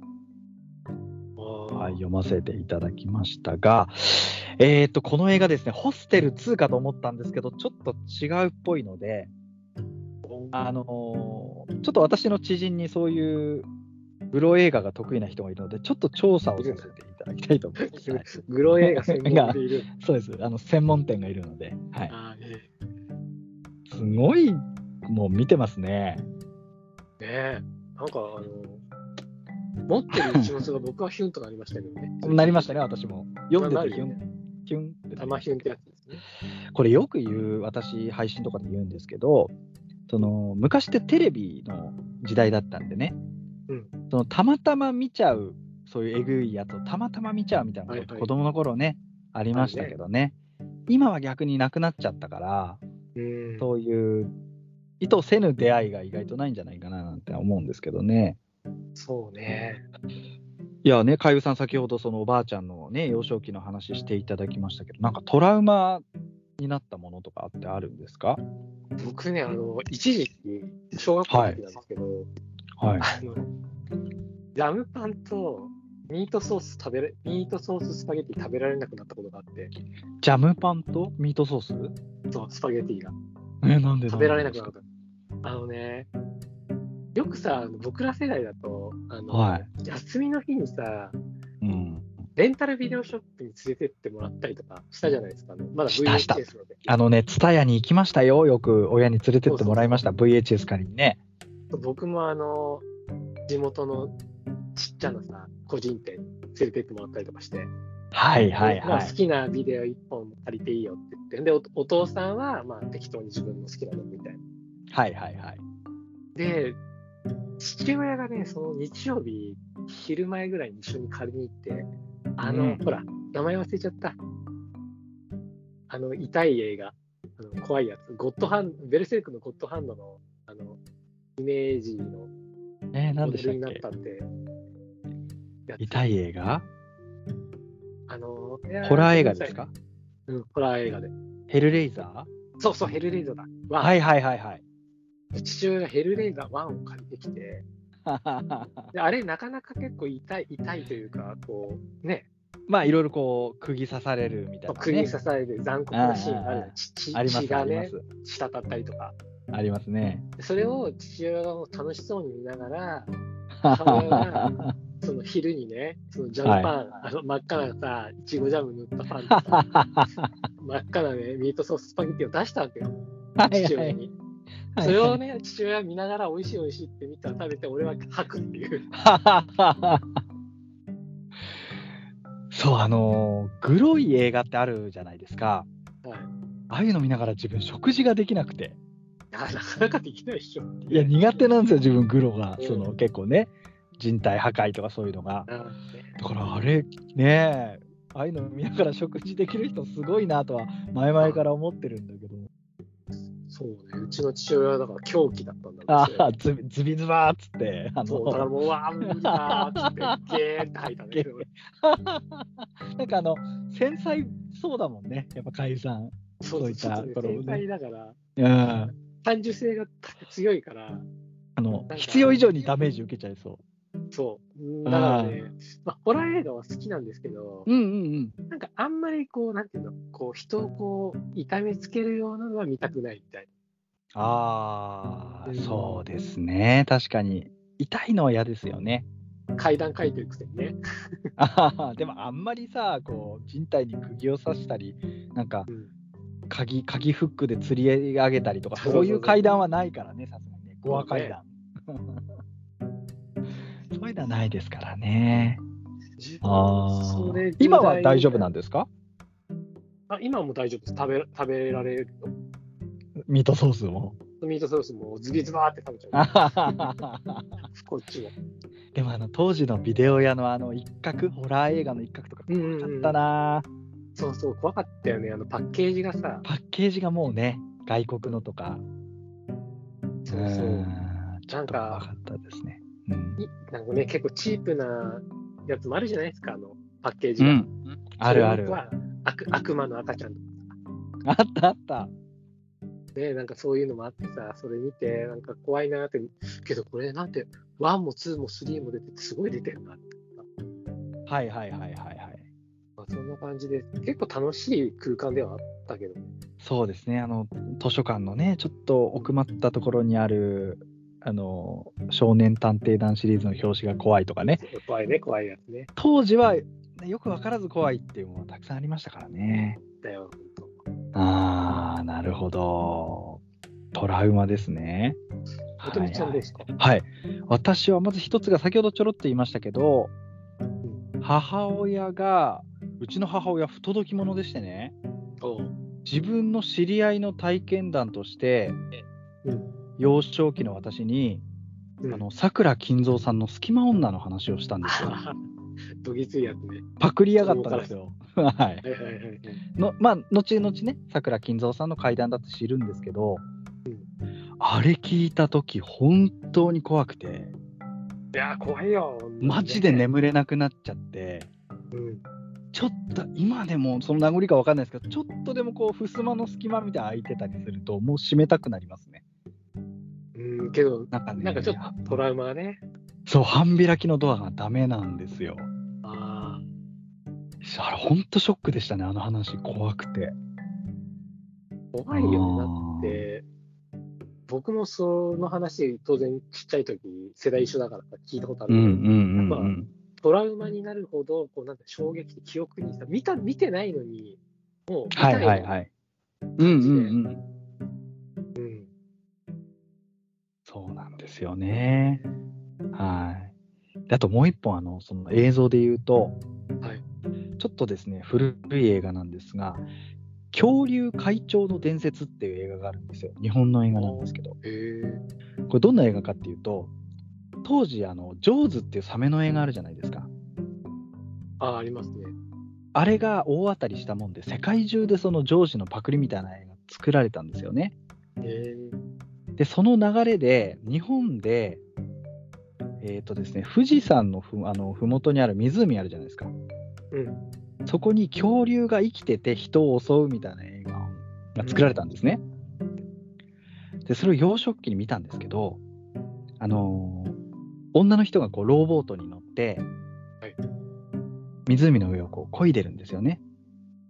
S1: はい、読ませていただきましたが、えー、とこの映画ですね、ホステル2かと思ったんですけど、ちょっと違うっぽいので、あのーちょっと私の知人にそういうグロ映画が得意な人がいるので、ちょっと調査をさせていただきたいと思います。はい
S3: グロ映画専門でいる。
S1: そうですあの専門店がいるので、はい、
S3: あーね
S1: すごいもう見てますね。。
S3: えねえなんかあの、持ってる一物が僕はヒュンとなりましたけどね
S1: なりましたね、私も。読んでてヒュ
S3: なるよ
S1: ン、ヒュンって
S3: 玉ヒュンってやつですね。
S1: これよく言う私配信とかで言うんですけどその昔ってテレビの時代だったんでね、
S3: うん
S1: そのたまたま見ちゃうそういうえぐいやつをたまたま見ちゃうみたいなこと、
S3: はいはい
S1: 子供の頃ねありましたけどね今は逆になくなっちゃったから
S3: うん。
S1: そういう意図せぬ出会いが意外とないんじゃないかななんて思うんですけどね
S3: そうね。
S1: いやね海部さん先ほどそのおばあちゃんのね幼少期の話していただきましたけどなんかトラウマになったものとかってあるんですか
S3: 僕ね、あの、一時期、小学校の時なんですけど、
S1: はい
S3: あの、ラムパンとミートソース食べれ、ミートソーススパゲティ食べられなくなったことがあって、
S1: ジャムパンとミートソース
S3: そう、スパゲティが
S1: え、なんで
S3: 食べられなくなった。あのね、よくさ、あの僕ら世代だと、あの、
S1: はい。
S3: 休みの日にさ、
S1: うん。
S3: レンタルビデオショップに連れてってもらったりとかしたじゃないですか、あのまだ
S1: したした
S3: VHS ので。
S1: あのね、ツタヤに行きましたよ。よく親に連れてってもらいました。VHS 借りにね。
S3: 僕もあの、地元のちっちゃなさ、個人店に連れてってもらったりとかして、
S1: はいはい
S3: まあ
S1: は
S3: 好
S1: い。
S3: きなビデオ1本借りていいよって言って、で、おお父さんはまあ適当に自分の好きなのみたいな。
S1: はいはいはい。
S3: で、父親がね、その日曜日、昼前ぐらいに一緒に借りに行って、あの、
S1: うん
S3: ほら、名前忘れちゃった。あの、痛い映画、あの怖いやつ、ゴッドハンベルセルクのゴッドハンドの、あの、イメージの
S1: えー、なん
S3: モ
S1: で
S3: デ
S1: した
S3: ル
S1: っ
S3: になっ
S1: け
S3: たって。やつ
S1: 痛い映画
S3: あの、いや
S1: ホラー映画ですか
S3: うん、ホラー映画で。
S1: ヘルレイザ
S3: そうそう、ヘルレイザーだ。
S1: ー
S3: ワン
S1: はいはいはいはい。
S3: 父親がヘルレイザー1を借りてきて、であれ、なかなか結構痛い、痛いというか、こう、ね、
S1: まあ、いろいろこう、釘刺されるみたいな、
S3: 釘に
S1: ね。
S3: 刺されて残酷なシーンがあ
S1: あ
S3: る
S1: ああ
S3: よ血血
S1: あります
S3: 血が
S1: ありま
S3: ね
S1: す。
S3: 滴ったりとか
S1: ありますね。
S3: でそれを父親が楽しそうに見ながら
S1: は
S3: その昼にねそのジャムパン、あの真っ赤なさいちごジャム塗ったパンとさ真っ赤なねミートソーススパゲッティを出したわけよ
S1: い
S3: 父
S1: は
S3: 親
S1: い。
S3: にそれをね父親は見ながら美味しい美味しいって見たら食べて俺は吐くっていう
S1: そう、あのーグロい映画ってあるじゃないですか。
S3: はい
S1: ああいうの見ながら自分食事ができなくて。
S3: なかなかできないでしょ
S1: いや、苦手なんですよ、自分グロが。
S3: うん
S1: その結構ね、人体破壊とかそういうのが。
S3: なんて
S1: だからあれ、ねえ、ああいうの見ながら食事できる人すごいなとは前々から思ってるんだけど。
S3: そうねうちの父親はだから狂気だったんだ
S1: あ
S3: けど
S1: あ、ずずびずばーっつって。あ
S3: そうだから
S1: の
S3: もううわあ無理だーっつってゲーって吐いたんだけど
S1: なんかあの、繊細そうだもんね、やっぱ海さん。
S3: そう
S1: そういった
S3: ちょっ
S1: ところをね
S3: 繊細だから、
S1: うん。
S3: 感受性が強いから、
S1: あの
S3: んか
S1: 必要以上にダメージ受けちゃいそ
S3: そう。だからね、まあ、ホラー映画は好きなんですけど
S1: う。、うんうん
S3: なんかあんまりこう、なんていうの、こう、人をこう、痛めつけるようなのは見たくないみたい
S1: ああ、
S3: うん
S1: そうですね、確かに。痛いのは嫌ですよね。
S3: な。階段書いてるくせにね。
S1: あははでもあんまりさ、こう人体に釘を刺したり、なんか
S3: うん
S1: 鍵鍵フックで釣り上げたりとか、そ
S3: そうそうそ
S1: う
S3: う
S1: いう階段はないからね、さすがにね、ゴア階段。そういうのはないですからね。あ
S3: そ
S1: あ
S3: れぐらい
S1: 今は大丈夫なんですか
S3: あ今はもう大丈夫です。食べ食べられるよ。
S1: ミートソース も。
S3: ミートソースもズビズバーって食べち
S1: あ
S3: ゃ
S1: はははは
S3: う。こっちも。
S1: でもあの当時のビデオ屋のあの一角ホラー映画の一角とか
S3: うんうん
S1: 怖か
S3: うん
S1: ったな、
S3: そうそう、怖かったよね。あのパッケージがさ、
S1: パッケージがもうね外国のとか
S3: そうそうう。
S1: んちょっと怖かったですね、うん、
S3: いなんかね、結構チープなやつもあるじゃないですか、あの、パッケージ
S1: う
S3: が。
S1: ん。あるあ
S3: そ
S1: る
S3: れ。は悪悪魔の赤ちゃんとか
S1: あったあった。
S3: ね、なんかそういうのもあってさ、それ見て、なんか怖いなって、けどこれなんて、1も2も3も出てて、すごい出てるなって、
S1: はいはいはいはいはい。
S3: まあ、そんな感じで、結構楽しい空間ではあったけど、
S1: そうですね、あの図書館のね、ちょっと奥まったところにある、あの少年探偵団シリーズの表紙が怖いとかね、
S3: 怖いね、怖いやつね。
S1: 当時はよく分からず怖いっていうものがたくさんありましたからね。
S3: だよ、ほんと
S1: あー、なるほど。トラウマですね。は
S3: お
S1: い
S3: とみちゃんどうですか、
S1: はい、私はまず一つが先ほどちょろっと言いましたけど、母親が、うちの母親、不届き者でしてね。
S3: おう
S1: 自分の知り合いの体験談として、
S3: うん
S1: 幼少期の私に、
S3: うん
S1: あの桜金蔵さんの「隙間女」の話をしたんですよ。
S3: どぎついやつね。
S1: パクりやがったんですよ。 はい、
S3: はいはいはいはい。
S1: のまあ後々ね桜金蔵さんの怪談だって知るんですけど、
S3: うん
S1: あれ聞いた時本当に怖くて
S3: いやー、怖いよ。ほんとに
S1: マジで。眠れなくなっちゃって。
S3: うん。
S1: ちょっと今でもその名残か分かんないですけどちょっとでもこう襖の隙間みたいなの開いてたりするともう閉めたくなりますね。
S3: うん、けど、
S1: なんかね
S3: なんかちょっとトラウマがね。
S1: そう、半開きのドアがダメなんですよ。
S3: あ
S1: あれ、ほんとショックでしたね、あの話、怖くて。
S3: あ、怖いよね。だって、僕もその話、当然ちっちゃい時、世代一緒だから聞いたことあ
S1: う
S3: る
S1: ん
S3: け
S1: うん
S3: ど、
S1: うん
S3: やっ
S1: う
S3: ぱ
S1: ん。
S3: トラウマになるほど、こうなんか衝撃、記憶にさ、見た、見てないのに、もう見た
S1: はいい
S3: の、
S1: はいはい。うんうんうん。
S3: うん。
S1: そうなんですよね。はい。であともう一本、あの、その映像で言うと、
S3: はい
S1: ちょっとですね、古い映画なんですが、恐竜会長の伝説っていう映画があるんですよ。日本の映画なんですけど。
S3: へえ。
S1: これどんな映画かっていうと、当時、あの、ジョーズっていうサメの映画あるじゃないですか。
S3: ああ、ありますね。
S1: あれが大当たりしたもんで、世界中でその上司のパクリみたいな映画作られたんですよね。
S3: へえ。
S1: で、その流れで、日本で、えっ、とですね、富士山のふあの麓にある湖あるじゃないですか。
S3: うん。
S1: そこに恐竜が生きてて人を襲うみたいな映画が作られたんですね。で、それを幼少期に見たんですけど、あのー女の人がこう、ローボートに乗って、
S3: はい
S1: 湖の上をこう、漕いでるんですよね。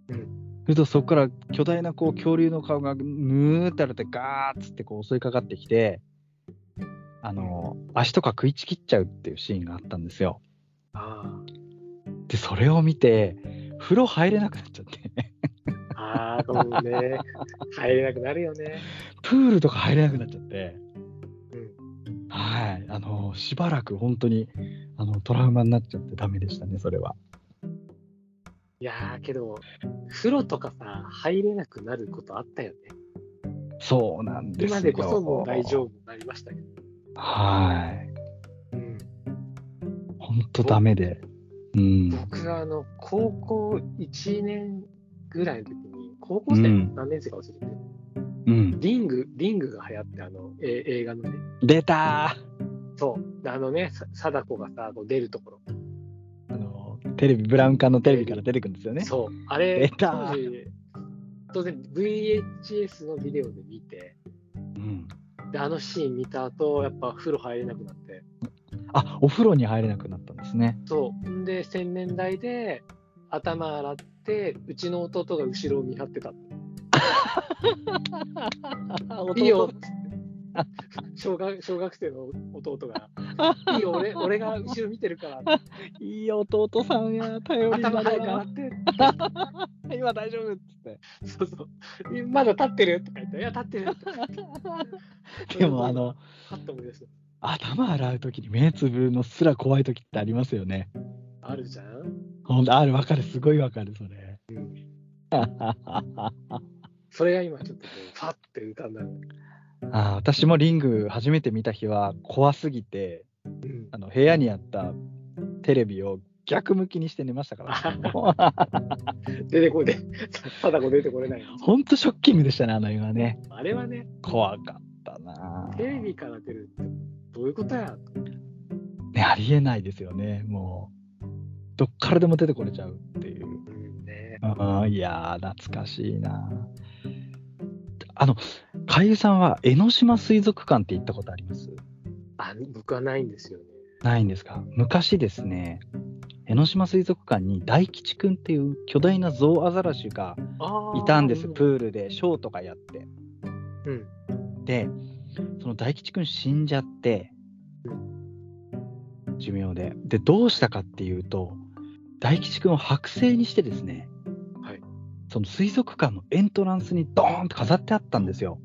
S3: うん
S1: するとそこから巨大なこう恐竜の顔がムーってあるってガーッつってこう襲いかかってきて、あのー足とか食いちぎっちゃうっていうシーンがあったんですよ。
S3: あ
S1: でそれを見て風呂入れなくなっちゃって
S3: あ。ああ、ごめんね。入れなくなるよね。
S1: プールとか入れなくなっちゃって、
S3: う
S1: はいあのしばらく本当にあのトラウマになっちゃってダメでしたねそれは。
S3: いやー、けど、風呂とかさ、入れなくなることあったよね。
S1: そうなんですよ
S3: 今でこそもう大丈夫になりましたけど。
S1: はい
S3: うん、
S1: 本当ダメでうん
S3: 僕はあの、高校1年ぐらいの時に、高校生
S1: うん
S3: 何年生か忘れて、
S1: うん
S3: リング、リングが流行って、あの、え映画のね、
S1: 出た
S3: そう、であのね、さ貞子がさ、こう出るところ、
S1: ーあのテレビブラウン管のテレビから出てくるんですよね。
S3: そう、あ
S1: 出
S3: れ、
S1: た
S3: 当時、当然 VHS のビデオで見て、
S1: うん、
S3: で、あのシーン見た後、やっぱ風呂入れなくなって、
S1: あお風呂に入れなくなったんです ね。
S3: そう、んで、洗面台で頭洗って、うちの弟が後ろを見張ってた。いいよっつって 小学小学生の弟が「 いいよ俺俺が後ろ見てるから
S1: いい弟さんや頼りにな
S3: 頭早
S1: る
S3: く洗
S1: な
S3: って
S1: 今大丈夫っつって。」
S3: そうそうえ「まだ立ってる?」とか言って「いや立ってる」とか
S1: でもあの
S3: パッと思い出す
S1: 頭洗う時に目つぶるのすら怖い時ってありますよね。
S3: あるじゃん
S1: ほんとあるわかるすごいわかるそれ。
S3: それが今ちょっとこうファッて浮かんだの
S1: あ私もリング初めて見た日は怖すぎて
S3: うん
S1: あの部屋にあったテレビを逆向きにして寝ましたから。
S3: 出てこで貞子出てこれない
S1: ほんとショッキングでしたねあの映画ね。
S3: あれはね
S1: 怖かったなぁ
S3: テレビから出るってどういうことや
S1: ねありえないですよねもどっからでも出てこれちゃうっていう。
S3: ね
S1: あーいやー、懐かしいな。あの、海江さんは江ノ島水族館って行ったことあります
S3: あ僕はないんですよね。
S1: ないんですか昔ですね、江ノ島水族館に大吉くんっていう巨大なゾウアザラシが
S3: あー
S1: いたんです、プールでショーとかやって。
S3: うん。
S1: で、その大吉くん死んじゃって、寿命で。で、どうしたかっていうと、大吉くんを剥製にしてですね、
S3: はい
S1: その水族館のエントランスにドーンと飾ってあったんですよ。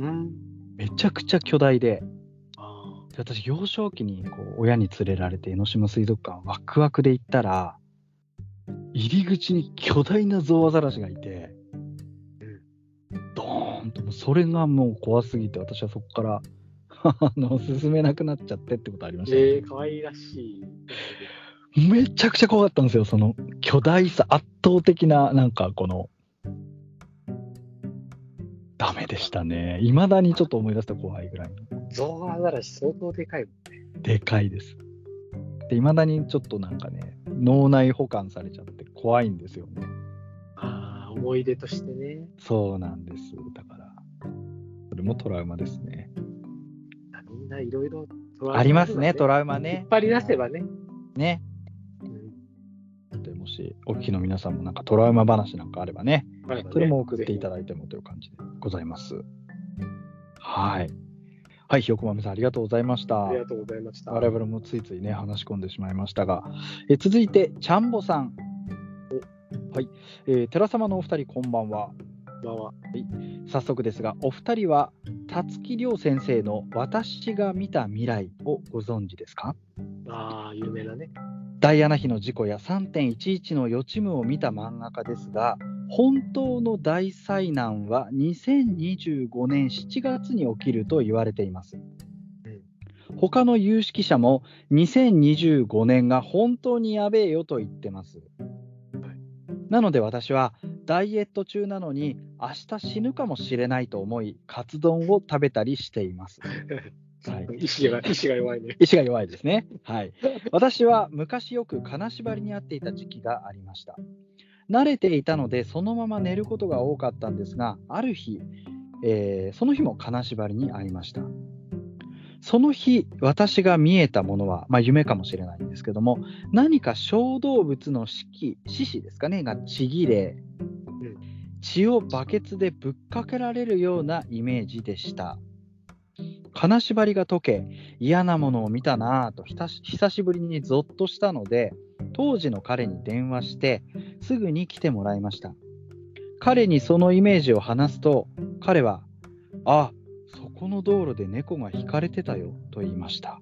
S3: うん。
S1: めちゃくちゃ巨大で。
S3: あ
S1: で私、幼少期にこう親に連れられて江ノ島水族館ワクワクで行ったら、入り口に巨大なゾウアザラシがいて、ドーンと、もうそれがもう怖すぎて、私はそこから、あの、進めなくなっちゃってってことありま
S3: ー
S1: したね、
S3: えー、可愛らしい。
S1: めちゃくちゃ怖かったんですよ、その巨大さ、圧倒的な、なんかこの、ダメでしたね。いまだにちょっと思い出すと怖いぐらいの
S3: ゾウアザラシ相当でかいもん。
S1: でかいです。で、いまだにちょっとなんかね、脳内保管されちゃって怖いんですよね。
S3: ああ、思い出としてね。
S1: そうなんです。だから、それもトラウマですね。
S3: あみんないろいろトラウマ
S1: ありますね、ト
S3: ラ
S1: ラウマ
S3: 引
S1: ね
S3: っ。張り出せばね。
S1: ね。
S3: うん
S1: でもし、お聞きの皆さんもなんかトラウマ話なんかあればね、それも送っていた
S3: だ
S1: だいてもという感じでございます。はい。はい、ひよこまめさん、ありがとうございました。
S3: ありがとうございました。
S1: 我々もついついね話し込んでしまいましたがえ続いてちゃんぼさんはい、えー、寺様のお二人こんばんは
S3: こんばんは
S1: 早速ですがお二人は辰木亮先生の「私が見た未来」をご存知ですか
S3: ああ、有名なね。
S1: ダイアナ妃の事故や3.11の予知夢を見た漫画家ですが本当の大災難は2025年7月に起きると言われています他の有識者も2025年が本当にやべえよと言ってますなので私はダイエット中なのに明日死ぬかもしれないと思いカツ丼を食べたりしてい ます、はい、
S3: 意志が、意志が弱いね。
S1: 意志が弱いですね。はい。私は昔よく金縛りに遭っていた時期がありました。慣れていたのでそのまま寝ることが多かったんですが、ある日、えーその日も金縛りに遭いました。その日、私が見えたものは、まあ、夢かもしれないんですけども、何か小動物の四季、四肢ですかね、がちぎれ
S3: ん、
S1: 血をバケツでぶっかけられるようなイメージでした。金縛りが解け、嫌なものを見たなぁとひたし久しぶりにゾッとしたので当時の彼に電話してすぐに来てもらいました彼にそのイメージを話すと彼は「あそこの道路で猫が引かれてたよ」と言いました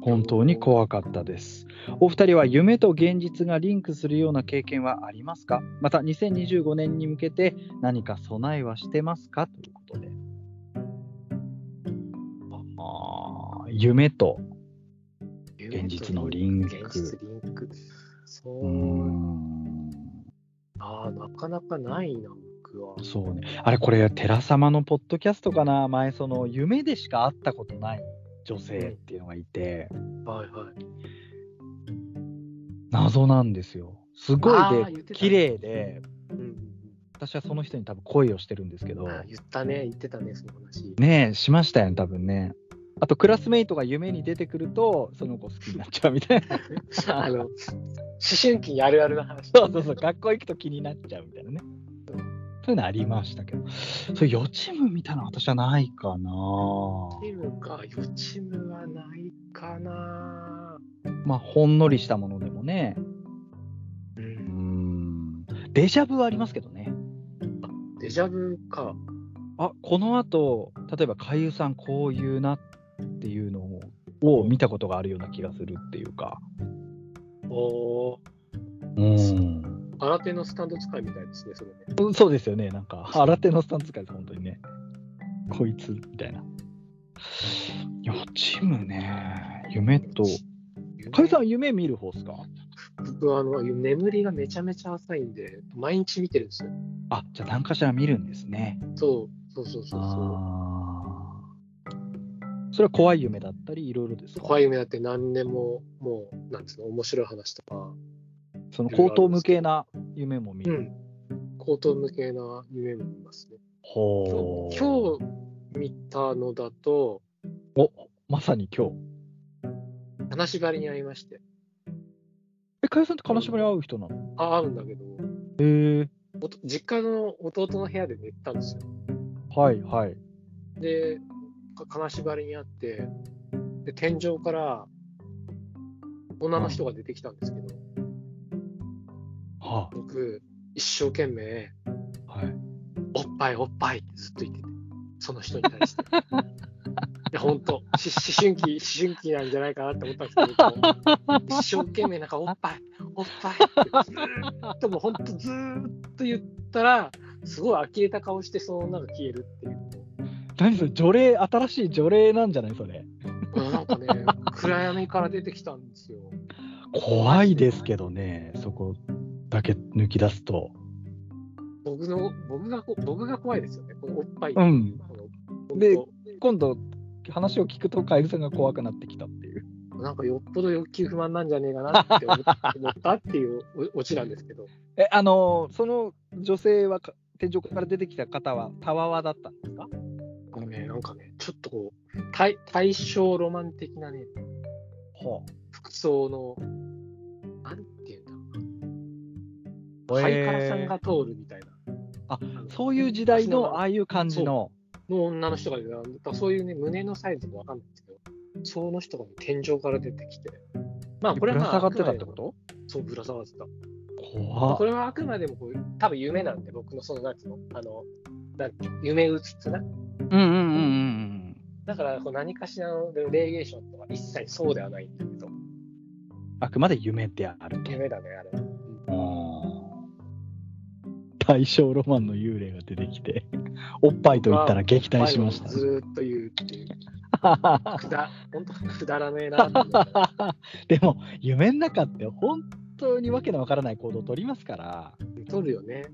S1: 本当に怖かったですお二人は夢と現実がリンクするような経験はありますかまた2025年に向けて何か備えはしてますかということであー夢と現実のリンク
S3: 現実リンク。そう
S1: ー
S3: う。
S1: ん
S3: ああ、なかなかないな、僕は。
S1: そうね。あれ、これ、寺様のポッドキャストかな前、その、夢でしか会ったことない女性っていうのがいて、
S3: はいはい。
S1: 謎なんですよ。すご
S3: あー
S1: い
S3: 言
S1: で
S3: っ、てた
S1: 綺麗で、
S3: うんうん
S1: 私はその人に多分恋をしてるんですけ
S3: う
S1: ど
S3: ん、あー言ったね、言ってたね、その話。
S1: ねえ、しましたよね、多分ね。あと、クラスメイトが夢に出てくると、その子好きになっちゃうみたい な。
S3: あの、思春期にあるあるな話。
S1: そうそうそう、学校行くと気になっちゃうみたいなね。そういうのありましたけど、そういう予知夢みたいなの私はないかな。
S3: チームか、予知夢はないかな。
S1: まあ、ほんのりしたものでもね。う
S3: う
S1: ー
S3: ん。
S1: んデジャブはありますけどね。
S3: デジャブか。
S1: あこのあと、例えば、かゆさん、こういうなっていうのをを見たことがあるような気がするっていうか。
S3: おー、
S1: うん。
S3: 新手のスタンド使いみたいですね、それね。
S1: そうですよね。なんか、新手のスタンツ使いです、本当にね。こいつ、みたいな。予知夢ね。夢と。かゆさん、夢見る方ですか
S3: 僕はあの眠りがめちゃめちゃ浅いんで、毎日見てるんですよ。
S1: あ、じゃあ何かしら見るんですね。
S3: そうそうそうそうそ
S1: あーそれは怖い夢だったり、いろいろです
S3: う。
S1: か
S3: 怖い夢だって何年も、もう、なんつうの、面白い話とか、
S1: その高等無形な夢も見
S3: う
S1: る。
S3: ん。高等無形な夢も見ますね。
S1: ほ
S3: 今
S1: う
S3: 日今日見たのだと、
S1: まさに今日。
S3: 金縛りに会いまして、
S1: え、かよさんって金縛り会う人なの
S3: あ、会うんだけど、
S1: へえ
S3: おと実家の弟の部屋で寝てたんですよ。
S1: はいはい。
S3: で、か金縛りにあって、で、天井から女の人が出てきたんですけど、
S1: は
S3: 僕、一生懸命、
S1: あ、はい。
S3: おっぱいおっぱいってずっと言ってて、その人に 対して。いや、本当し思春期、思春期なんじゃないかなって思ったんですけど、僕一生懸命なんかおっぱい、おっぱいってずーっともう本当ずーっと言ったら、すごい呆れた顔してその女が消えるっていう。
S1: 何それ、除霊、新しい除霊なんじゃないそれ。
S3: うんなんかね、暗闇から出てきたんですよ。
S1: 怖いですけどね、そこだけ抜き出すと。
S3: 僕の、僕がこ、僕が怖いですよね。このおっぱい。
S1: うん。
S3: この
S1: で
S3: 本
S1: 今度、話を聞くと、かゆさんが怖くなってきたっていう。
S3: 当なんかよっぽど欲求不満なんじゃねえかなって思っ思ったっていうおオチなんですけど、
S1: え、あのーその女性はか、天井から出てきた方は、たわわだったんですか
S3: このね、なんかね、ちょっとこう、対対象ロマン的なね、
S1: ほ
S3: 服装の、なんていうんだろ
S1: う
S3: う、ハイカラさんが通るみたいな。
S1: あ
S3: の
S1: そういう時代の、ああいう感じの。
S3: の女の人がいるなだからそういうね、胸のサイズもわかんないんですけど、その人がね、天井から出てきて、まあ、こ
S1: ぶ
S3: れは
S1: ら
S3: まあ、
S1: 下がってたってこと
S3: そう、ぶら下がってた。
S1: 怖
S3: こ
S1: っ
S3: れはあくまでもこう、多分夢なんで、僕のその、なんつうの、あの、なん夢うつつな。
S1: うんうんうんうんうん。
S3: だから、こう何かしらのレイゲーションとか一切そうではないんだけど、
S1: あくまで夢であると。
S3: 夢だね、あれ。
S1: 大正ロマンの幽霊が出てきて、おっぱいと言ったら撃退しました。
S3: 前をずーっと言うっていう。くだ、本当くだらねえなって思う。
S1: でも、夢の中って本当にわけのわからない行動を取りますから、
S3: 取るよ ね。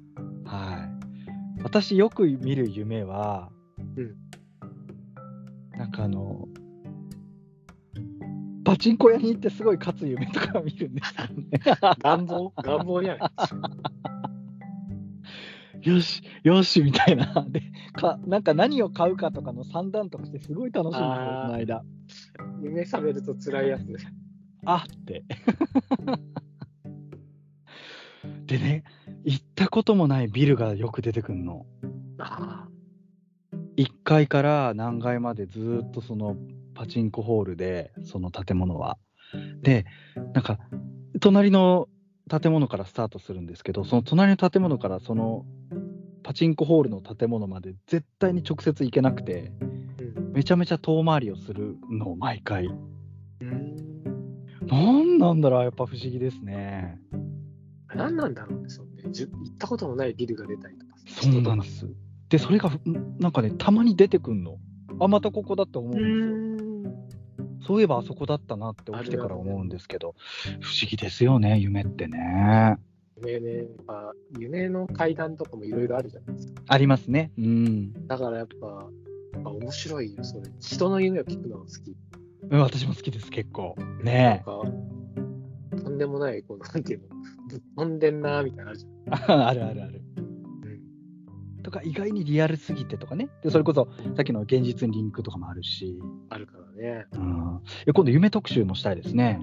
S1: はい、私よく見る夢は、
S3: うん
S1: なんかあの、パチンコ屋に行ってすごい勝つ夢とか見るんですよね。
S3: 願望願望じゃない。
S1: よし、よし、みたいな。 で、かなんか何を買うかとかの算段とかしてすごい楽しいんですよ、こ
S3: あー
S1: の間。
S3: 夢覚めると辛いやつ。
S1: あって。 でね、行ったこともないビルがよく出てくんの。
S3: あ
S1: 1階から何階までずーっとそのパチンコホールで、その建物は。で、なんか、隣の建物からスタートするんですけど、その隣の建物からそのパチンコホールの建物まで絶対に直接行けなくて、
S3: うん
S1: めちゃめちゃ遠回りをするの、毎回。
S3: あ。うん。
S1: なんなんだろう、やっぱ不思議ですね。
S3: 何なんだろうね、そんで。じゅ行ったこともないビルが出たりとか。
S1: そうなんです。で、それがふなんかね、たまに出てくんの。あ、またここだって思うん
S3: う
S1: ですよ。
S3: ん。
S1: そういえばあそこだったなって起きてから思うんですけど、不思議ですよね、夢ってね。
S3: 夢ね、やっぱ夢の階段とかもいろいろあるじゃないですか。
S1: ありますね。うん。
S3: だからやっぱ、やっぱ面白いよ、それ。人の夢を聞くのが好き。
S1: うん私も好きです、結構。
S3: なん
S1: ね
S3: か、とんでもない、こう、なんていうの、ぶっ飛んでんな、みたいなのあるじゃん。
S1: え。あるあるある。とか、意外にリアルすぎてとかね。で、それこそ、さっきの現実にリンクとかもあるし。
S3: あるからね。
S1: うん。いや今度、夢特集もしたいですね。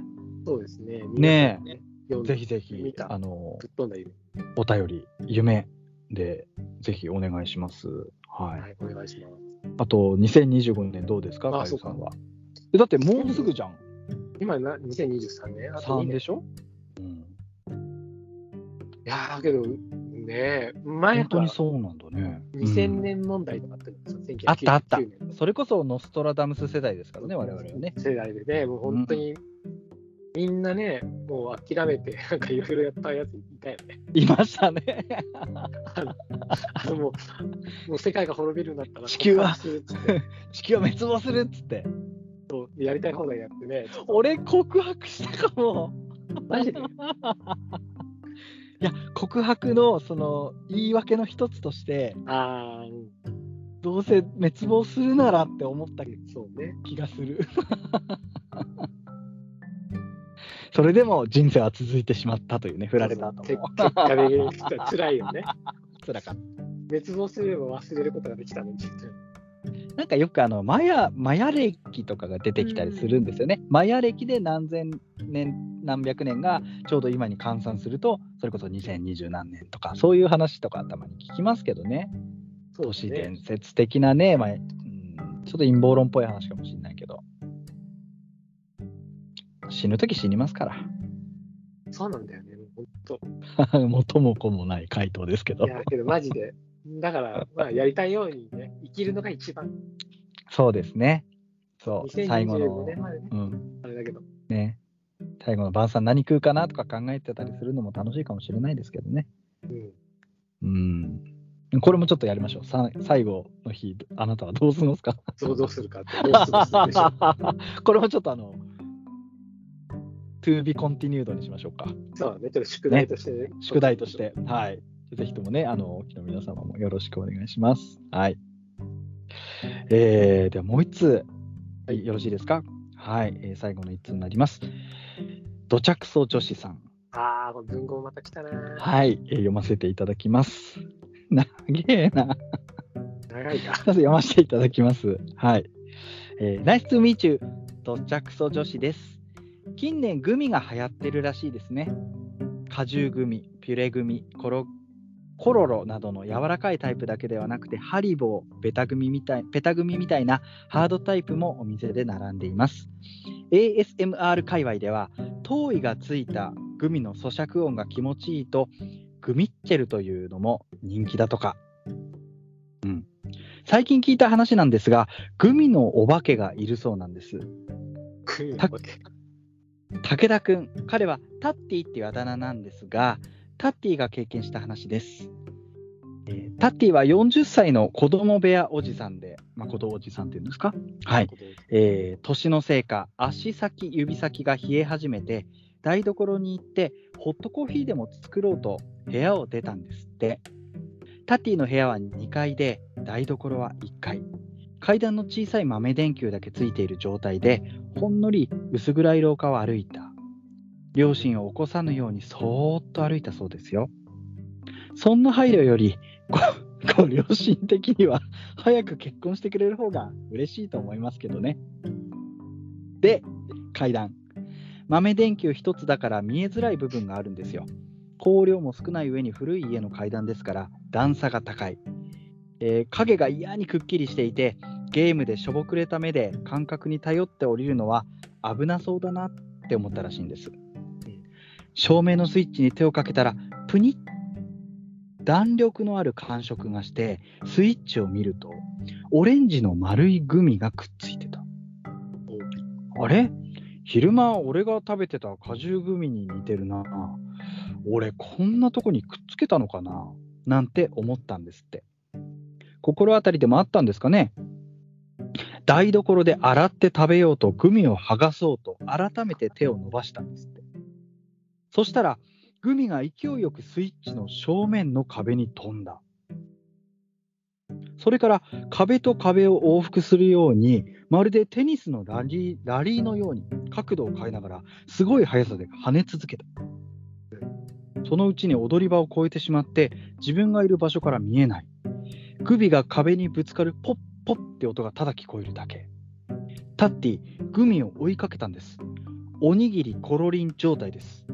S3: そうですね。
S1: ね
S3: 皆さん読んで
S1: ぜひぜひ
S3: 見、た
S1: あの、
S3: ぶっ飛んだ夢。
S1: お便り、夢で、ぜひお願いします。はい。
S3: はい、お願いします。
S1: あと、2025年どうですか、
S3: あ
S1: かゆ
S3: そう
S1: さ
S3: か
S1: んは。えだってもうすぐじゃん。
S3: 今な、2023年あと
S1: 3
S3: 2
S1: で
S3: 年。
S1: しょ、うん、
S3: いやー、けど、ねえ、前
S1: 本当
S3: は
S1: にそうなんだね。
S3: 2000
S1: うん
S3: 年問題とかあったんですよ、1999年
S1: あったあったそれこそノストラダムス世代ですからね、我々はね。
S3: 世代でね、もう本当に、みんなね、もう諦めて、 なんかいろいろやったやついたよね。
S1: いましたね。
S3: あのもう、もう世界が滅びるんだったら、
S1: 地球は
S3: 告白するっつって
S1: 地球は滅亡するっつって。
S3: そうやりたい放題やってね、
S1: 俺、告白したかも。
S3: マジで
S1: いや、告白のその言い訳の一つとして、
S3: あーうん
S1: どうせ滅亡するならって思った
S3: そうね。
S1: 気がする。 それでも人生は続いてしまったというね、振られた後
S3: 結
S1: も
S3: 結果的に言ったら辛いよね。
S1: 辛かった。
S3: 滅亡すれば忘れることができたのに。
S1: なんかよくあのマヤ、マヤ歴とかが出てきたりするんですよね。マヤ歴で何千年、何百年がちょうど今に換算すると、それこそ2020何年とか、そういう話とかたまに聞きますけどね。
S3: そ
S1: 都
S3: うです
S1: 市
S3: ね
S1: 伝説的なね、まあうん、ちょっと陰謀論っぽい話かもしれないけど。死ぬとき死にますか
S3: そうなんだよね。本当。
S1: ら。 元も子もない回答ですけど
S3: い。や、けどマジで。だから、まあ、やりたいようにね、生きるのが一番。
S1: そうですね。そう、最後
S3: 2025
S1: の、
S3: 年までね、
S1: うん、
S3: あれだけど。
S1: ね。最後の晩餐何食うかなとか考えてたりするのも楽しいかもしれないですけどね。
S3: うん。
S1: うん。これもちょっとやりましょう。さ最後の日、あなたはどうするんですか
S3: 想像するかって、どうするんでしょ う
S1: これもちょっとあの、to be continued にしましょうか。
S3: そうだね、ちょっと宿題としてね、
S1: 宿題とし。て、はい。ぜひともね、あの、沖の皆様もよろしくお願いします。はい。えー、ではもう一通、はい、よろしいですかはい、えー最後の一通になります。土着層女子さん。
S3: ああ、この文豪また来たな。
S1: はい、えー読ませていただきます。 長えな。
S3: 長いか。
S1: まず読ませていただきます。はい。えー、ナイストゥーミーチュー、と着クソ女子です。近年グミが流行ってるらしいですね。果汁グミ、ピュレグミ、コロコロロなどの柔らかいタイプだけではなくて、ハリボー、ベタグミみたいペタグミみたいなハードタイプもお店で並んでいます。ASMR 界隈では、頭位がついたグミの咀嚼音が気持ちいいと、グミッチェルというのも人気だとか。うん、最近聞いた話なんですが、グミのお化けがいるそうなんです。
S3: 国の
S1: た
S3: お手
S1: 武田くん、彼はタッティっていうあだ名なんですが、タッティが経験した話です。えータッティは40歳の子供部屋おじさんで、まあ、子供おじさんっていうんですか、はいえー年のせいか、足先、指先が冷え始めて、台所に行って、ホットコーヒーでも作ろうと部屋を出たんですって。タティの部屋は2階で、台所は1階。階段の小さい豆電球だけついている状態で、ほんのり薄暗い廊下を歩いた。両親を起こさぬようにそーっと歩いたそうですよ。そんな配慮より、ごご両親的には早く結婚してくれる方が嬉しいと思いますけどね。で、階段。豆電球一つだから見えづらい部分があるんですよ。光量も少ない上に古い家の階段ですから段差が高い、えー影が嫌にくっきりしていてゲームでしょぼくれた目で感覚に頼って降りるのは危なそうだなって思ったらしいんです照明のスイッチに手をかけたらプニッ弾力のある感触がしてスイッチを見るとオレンジの丸いグミがくっついてたあれ昼間俺が食べてた果汁グミに似てるな俺こんなとこにくっつけたのかななんて思ったんですって心当たりでもあったんですかね台所で洗って食べようとグミを剥がそうと改めて手を伸ばしたんですってそしたらグミが勢いよくスイッチの正面の壁に飛んだそれから壁と壁を往復するようにまるでテニスのラリーラリーのように角度を変えながらすごい速さで跳ね続けたそのうちに踊り場を越えてしまって自分がいる場所から見えない首が壁にぶつかるポッポッって音がただ聞こえるだけタッティグミを追いかけたんですおにぎりコロリン状態です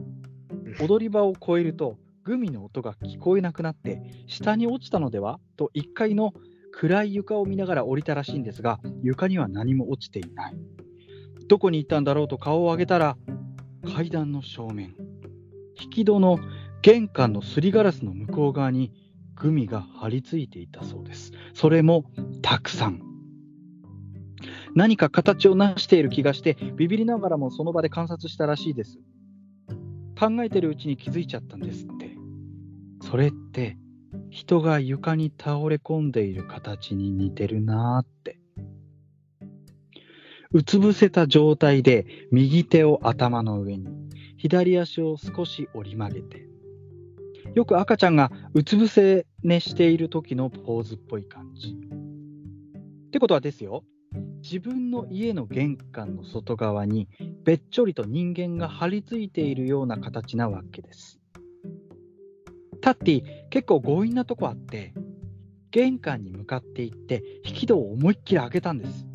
S1: 踊り場を越えるとグミの音が聞こえなくなって下に落ちたのではと1階の暗い床を見ながら降りたらしいんですが床には何も落ちていないどこに行ったんだろうと顔を上げたら階段の正面引き戸の玄関のすりガラスの向こう側にグミが張り付いていたそうですそれもたくさん何か形を成している気がしてビビりながらもその場で観察したらしいです考えてるうちに気づいちゃったんですってそれって人が床に倒れ込んでいる形に似てるなーってうつ伏せた状態で右手を頭の上に左足を少し折り曲げてよく赤ちゃんがうつ伏せ寝している時のポーズっぽい感じってことはですよ自分の家の玄関の外側にべっちょりと人間が張り付いているような形なわけです。タッティ結構強引なとこあって玄関に向かって行って引き戸を思いっきり開けたんです。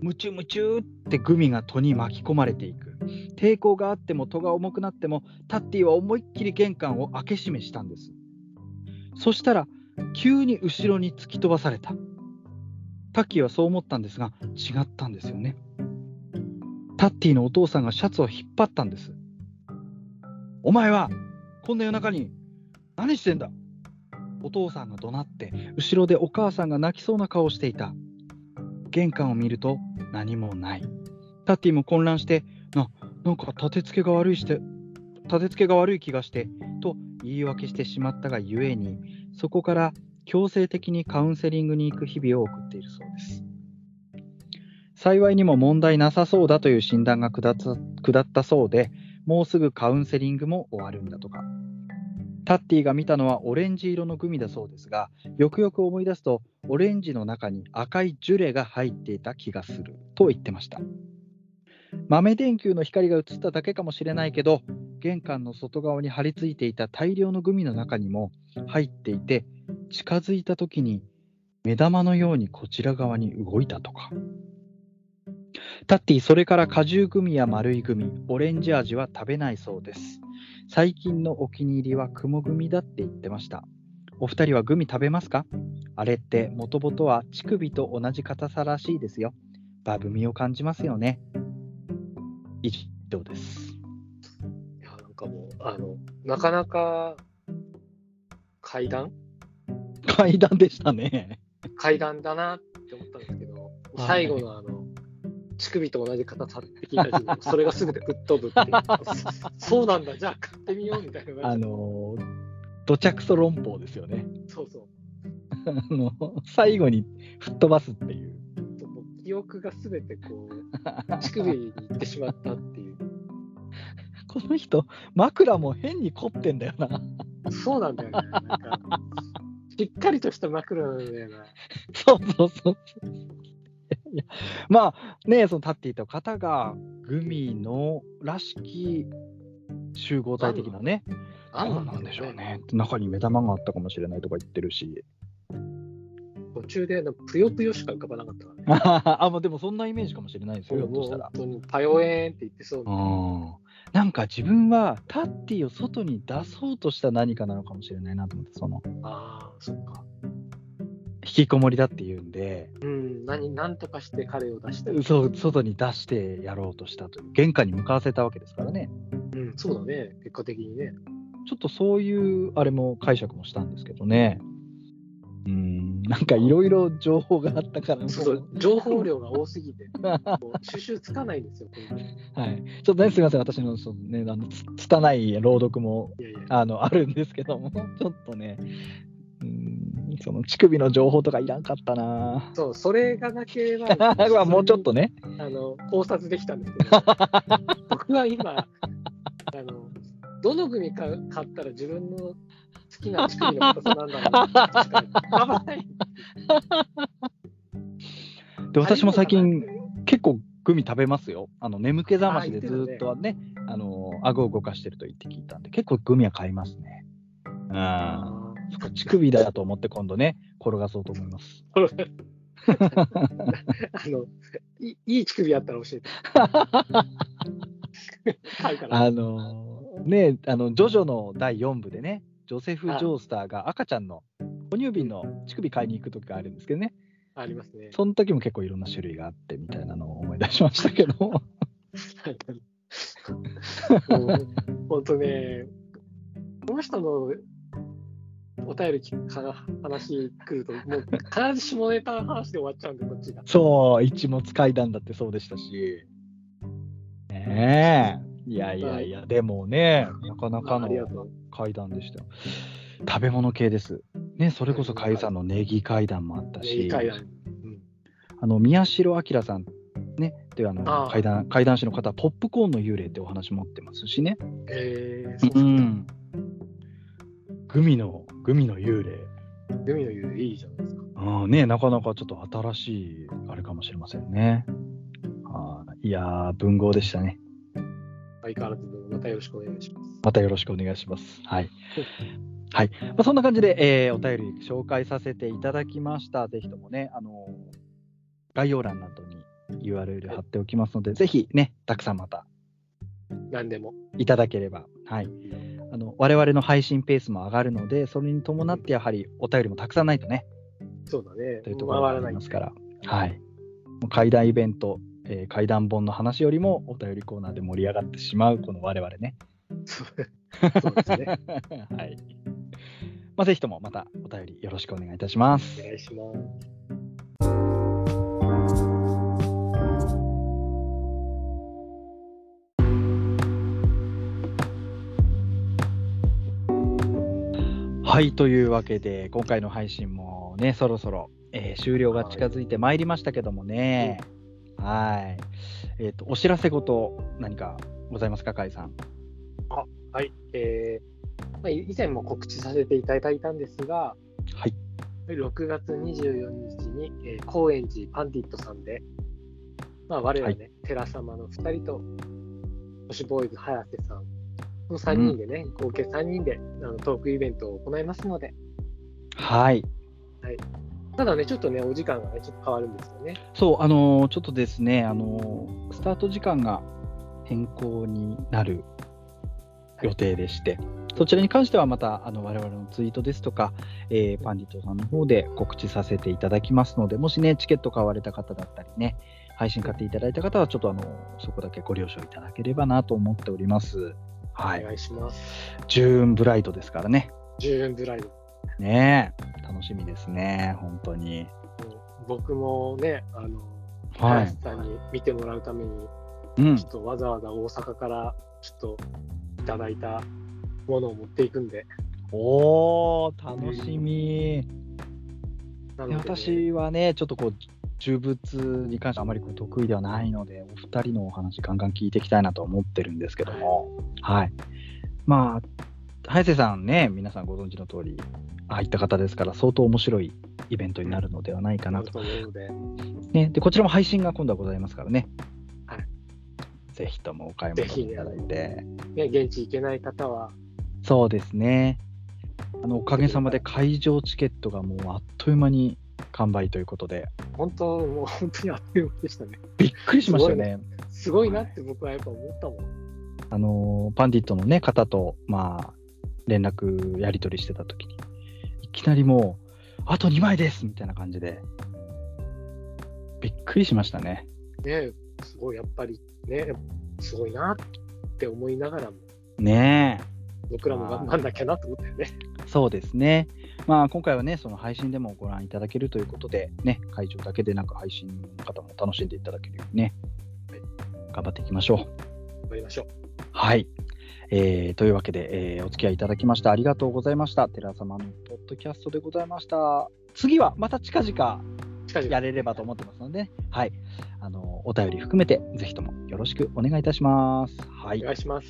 S1: むちゅむちゅってグミが戸に巻き込まれていく。抵抗があっても戸が重くなってもタッティは思いっきり玄関を開け閉めしたんです。そしたら急に後ろに突き飛ばされた。タッキーはそう思ったんですが違ったんですよねタッティのお父さんがシャツを引っ張ったんですお前はこんな夜中に何してんだお父さんが怒鳴って後ろでお母さんが泣きそうな顔をしていた玄関を見ると何もないタッティも混乱してななんか立て付けが悪いして立て付けが悪い気がしてと言い訳してしまったがゆえにそこから強制的にカウンセリングに行く日々を送っているそうです。幸いにも問題なさそうだという診断が下った下ったそうで、もうすぐカウンセリングも終わるんだとか。タッティが見たのはオレンジ色のグミだそうですが、よくよく思い出すと、オレンジの中に赤いジュレが入っていた気がすると言ってました。豆電球の光が映っただけかもしれないけど、玄関の外側に張り付いていた大量のグミの中にも入っていて、近づいた時に目玉のようにこちら側に動いたとかタッティそれから果汁グミや丸いグミオレンジ味は食べないそうです最近のお気に入りは雲グミだって言ってましたお二人はグミ食べますかあれってもともとは乳首と同じ硬さらしいですよバブミを感じますよね以上です
S3: いや、なんかもう、あの、なかなか階段
S1: 階段でしたね
S3: 階段だなって思ったんですけど、
S2: はい
S3: 最後のあの、乳首と同じ硬さって聞いた時に、それがすぐでぶっ飛ぶって いう。そうなんだ、じゃあ買ってみようみたいな
S1: あ
S3: 感じで。
S1: のー土着そ論法ですよね
S3: そうそう。
S1: あの最後に吹っ飛ばすっていう。
S3: ちょっともう記憶がすべてこう、乳首に行ってしまったっていう。
S1: この人、枕も変に凝ってんだよな。
S3: そうなんだよね。なんか、しっかりとした枕なんだよな。
S1: そうそうそう。いやまあね、その立っていた方が、グミのらしき集合体的なね、何なんでしょう。ね。中に目玉があったかもしれないとか言ってるし。
S3: 途中であのぷよぷよしか浮かばなかったからね。
S1: あ、まあでもそんなイメージかもしれないですよ、ひ
S3: もう
S1: ょっとした
S3: 本
S1: ら。
S3: 当に、パヨエーンって言ってそう
S1: う
S3: な。
S1: ん。なんか自分はタッティを外に出そうとした何かなのかもしれないなと思って、その
S3: ああ、そっか。
S1: 引きこもりだっていうんで、
S3: うん、何、なんとかして彼を出したい。
S1: そう外に出してやろうとしたという玄関に向かわせたわけですからね
S3: うん、そうだね。結果的にね。
S1: ちょっとそういうあれも解釈もしたんですけどねうんなんかいろいろ情報があったからもう
S3: そうそう、情報量が多す ぎて、こう収集つかないんですよ。こういう
S1: はい、ちょっとねすみません私のその、ね、あのつ拙い朗読も
S3: いやいや、
S1: あのあるんですけどもちょっとねうんその乳首の情報とかいらんかったな
S3: そう、それがなけ れば
S1: まあ、もうちょっとね
S3: あの考察できたんです けど、僕は今、あのどの組か買ったら自分の好きな乳首の硬さなんだ ろうなってしか浮かばない。
S1: で私も最
S3: あ
S1: 近
S3: り
S1: 結構グミ食べますよ。あの眠気覚ましで
S3: あー
S1: ず
S3: 言ってた
S1: ーっとね、あの顎を動かしてると言って聞いたんで、結構グミは買いますね。うん。
S3: あ
S1: 乳首だと思って今度ね、転がそうと思います。
S3: のいいい乳首あったら教 えて。買うから。
S1: あのーねあの、ジョジョの第4部でね、ジョセフ・ジョースターが赤ちゃんの哺乳瓶の乳首買いに行く時があるんですけどね、
S3: ありますね。
S1: その時も結構いろんな種類があってみたいなのを思い出しましたけ ど、
S3: 本当ね、この人のお便り聞くか話来ると、もう必ず下ネタの話で終わっちゃうんで、こっちが。
S1: そう、一物階段だってそうでしたし。ねえ。いやいやいや、でもね、なかなか
S3: あありが
S1: の
S3: とう。
S1: 階段でしたよ。食べ物系です。ね、それこそかゆさんのネギ階段もあった
S3: ねいい
S1: し、
S3: 会だねうん
S1: あの宮代明さん、ね、というあの
S3: ああ
S1: 階段階段師の方、ポップコーンの幽霊ってお話持ってますしね。
S3: えー、
S1: う
S3: そうそう。
S1: ん。グミの、グミの幽霊。
S3: 海の湯いいじゃないですか。
S1: うん、ねなかなかちょっと新しいあれかもしれませんね。はいいやー、文豪でしたね。
S3: 相変わらずまたよろしくお願いします。
S1: またよろしくお願いします。はい。はい。まあ、そんな感じで、えーお便り紹介させていただきました。ぜひともね、あの概要欄などに URL 貼っておきますので、ぜひね、たくさんまた
S3: 何でも。
S1: いただければ、はい。あの、我々の配信ペースも上がるので、それに伴ってやはりお便りもたくさんないとね、
S3: そうだね。
S1: とい
S3: 回
S1: うところがあ
S3: らな
S1: り
S3: い
S1: ま。すから、はい。もう怪談イベント、えー、怪談本の話よりもお便りコーナーで盛り上がってしまう、この我々ね。
S3: そうですね。
S1: はい。まあ、ぜひともまたお便りよろしくお願いいたします
S3: お。願いします。
S1: はい、というわけで、今回の配信もね、そろそろ、えー終了が近づいてまいりましたけどもね。はい。えっ、と、お知らせ事、何かございますか、かいさん。
S3: はい、えーまあ、以前も告知させていただいたんですが、
S1: はい、
S3: 6月24日に、えー高円寺パンディットさんで、まあ、我らね、寺様の2人と、星ボーイズ早瀬さんの3人でね、合計3人であのトークイベントを行いますので、
S1: はい。
S3: ただね、ちょっとね、お時間がね、ちょっと変わるんですよね。
S1: そう、あのーちょっとですね、あのースタート時間が変更になる予定でして、そちらに関してはまたあの我々のツイートですとか、えーパンディットさんの方で告知させていただきますので、もしね、チケット買われた方だったりね、配信買っていただいた方は、ちょっとあのそこだけご了承いただければなと思っております。は
S3: お
S1: い、
S3: 願いします。
S1: ジューンブライトですからね。
S3: 十分ブライド。
S1: ねえ楽しみですね、本当に。
S3: 僕もね、あの、
S1: は
S3: 早瀬
S1: い。
S3: さんに見てもらうために、
S1: うん
S3: ちょっとわざわざ大阪からちょっといただいたものを持っていくんで。
S1: おー、楽しみ。
S3: な
S1: で
S3: ので
S1: 私はね、ちょっとこう、呪物に関してあまりこう得意ではないので、お二人のお話、ガンガン聞いていきたいなと思ってるんですけども、はい。まあ、早瀬さんね、皆さんご存知の通り、ああいった方ですから、相当面白いイベントになるのではないかな
S3: なる
S1: と。
S3: と思うので、
S1: ね、で、こちらも配信が今度はございますからね。
S3: はい
S1: ぜひともお買い求めいただいて。
S3: ね、現地行けない方は、
S1: そうですね。あのおかげさまで会場チケットがもうあっという間に完売ということで、
S3: 本当、もう本当にあっという間でしたね。
S1: びっくりしましたよね。
S3: すごいなって僕はやっぱ思ったもん。
S1: あのーパンディットの、ね、方と、まあ、連絡やり取りしてた時にいきなりもうあと2枚ですみたいな感じでびっくりしましたね
S3: ね、すごい、やっぱりね、すごいなって思いながらも、
S1: ね
S3: 僕らも頑張んなきゃなと思ったよね。
S1: えそうですね、まあ、今回はねその配信でもご覧いただけるということで、ね、会場だけでなく配信の方も楽しんでいただけるようにね頑張っていきましょう
S3: 頑張りましょう。
S1: はい。えーというわけで、えーお付き合いいただきました。ありがとうございました。寺様のポッドキャストでございました。次はまた近々
S3: 近々
S1: やれればと思ってますので、はい。あの、お便り含めて、ぜひともよろしくお願いいたします。は
S3: お
S1: い。
S3: 願いします。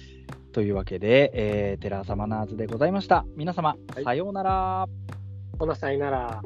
S1: というわけで、えー、寺様ナーズでございました。皆様、
S3: はい
S1: さようなら。
S3: こんなさいなら。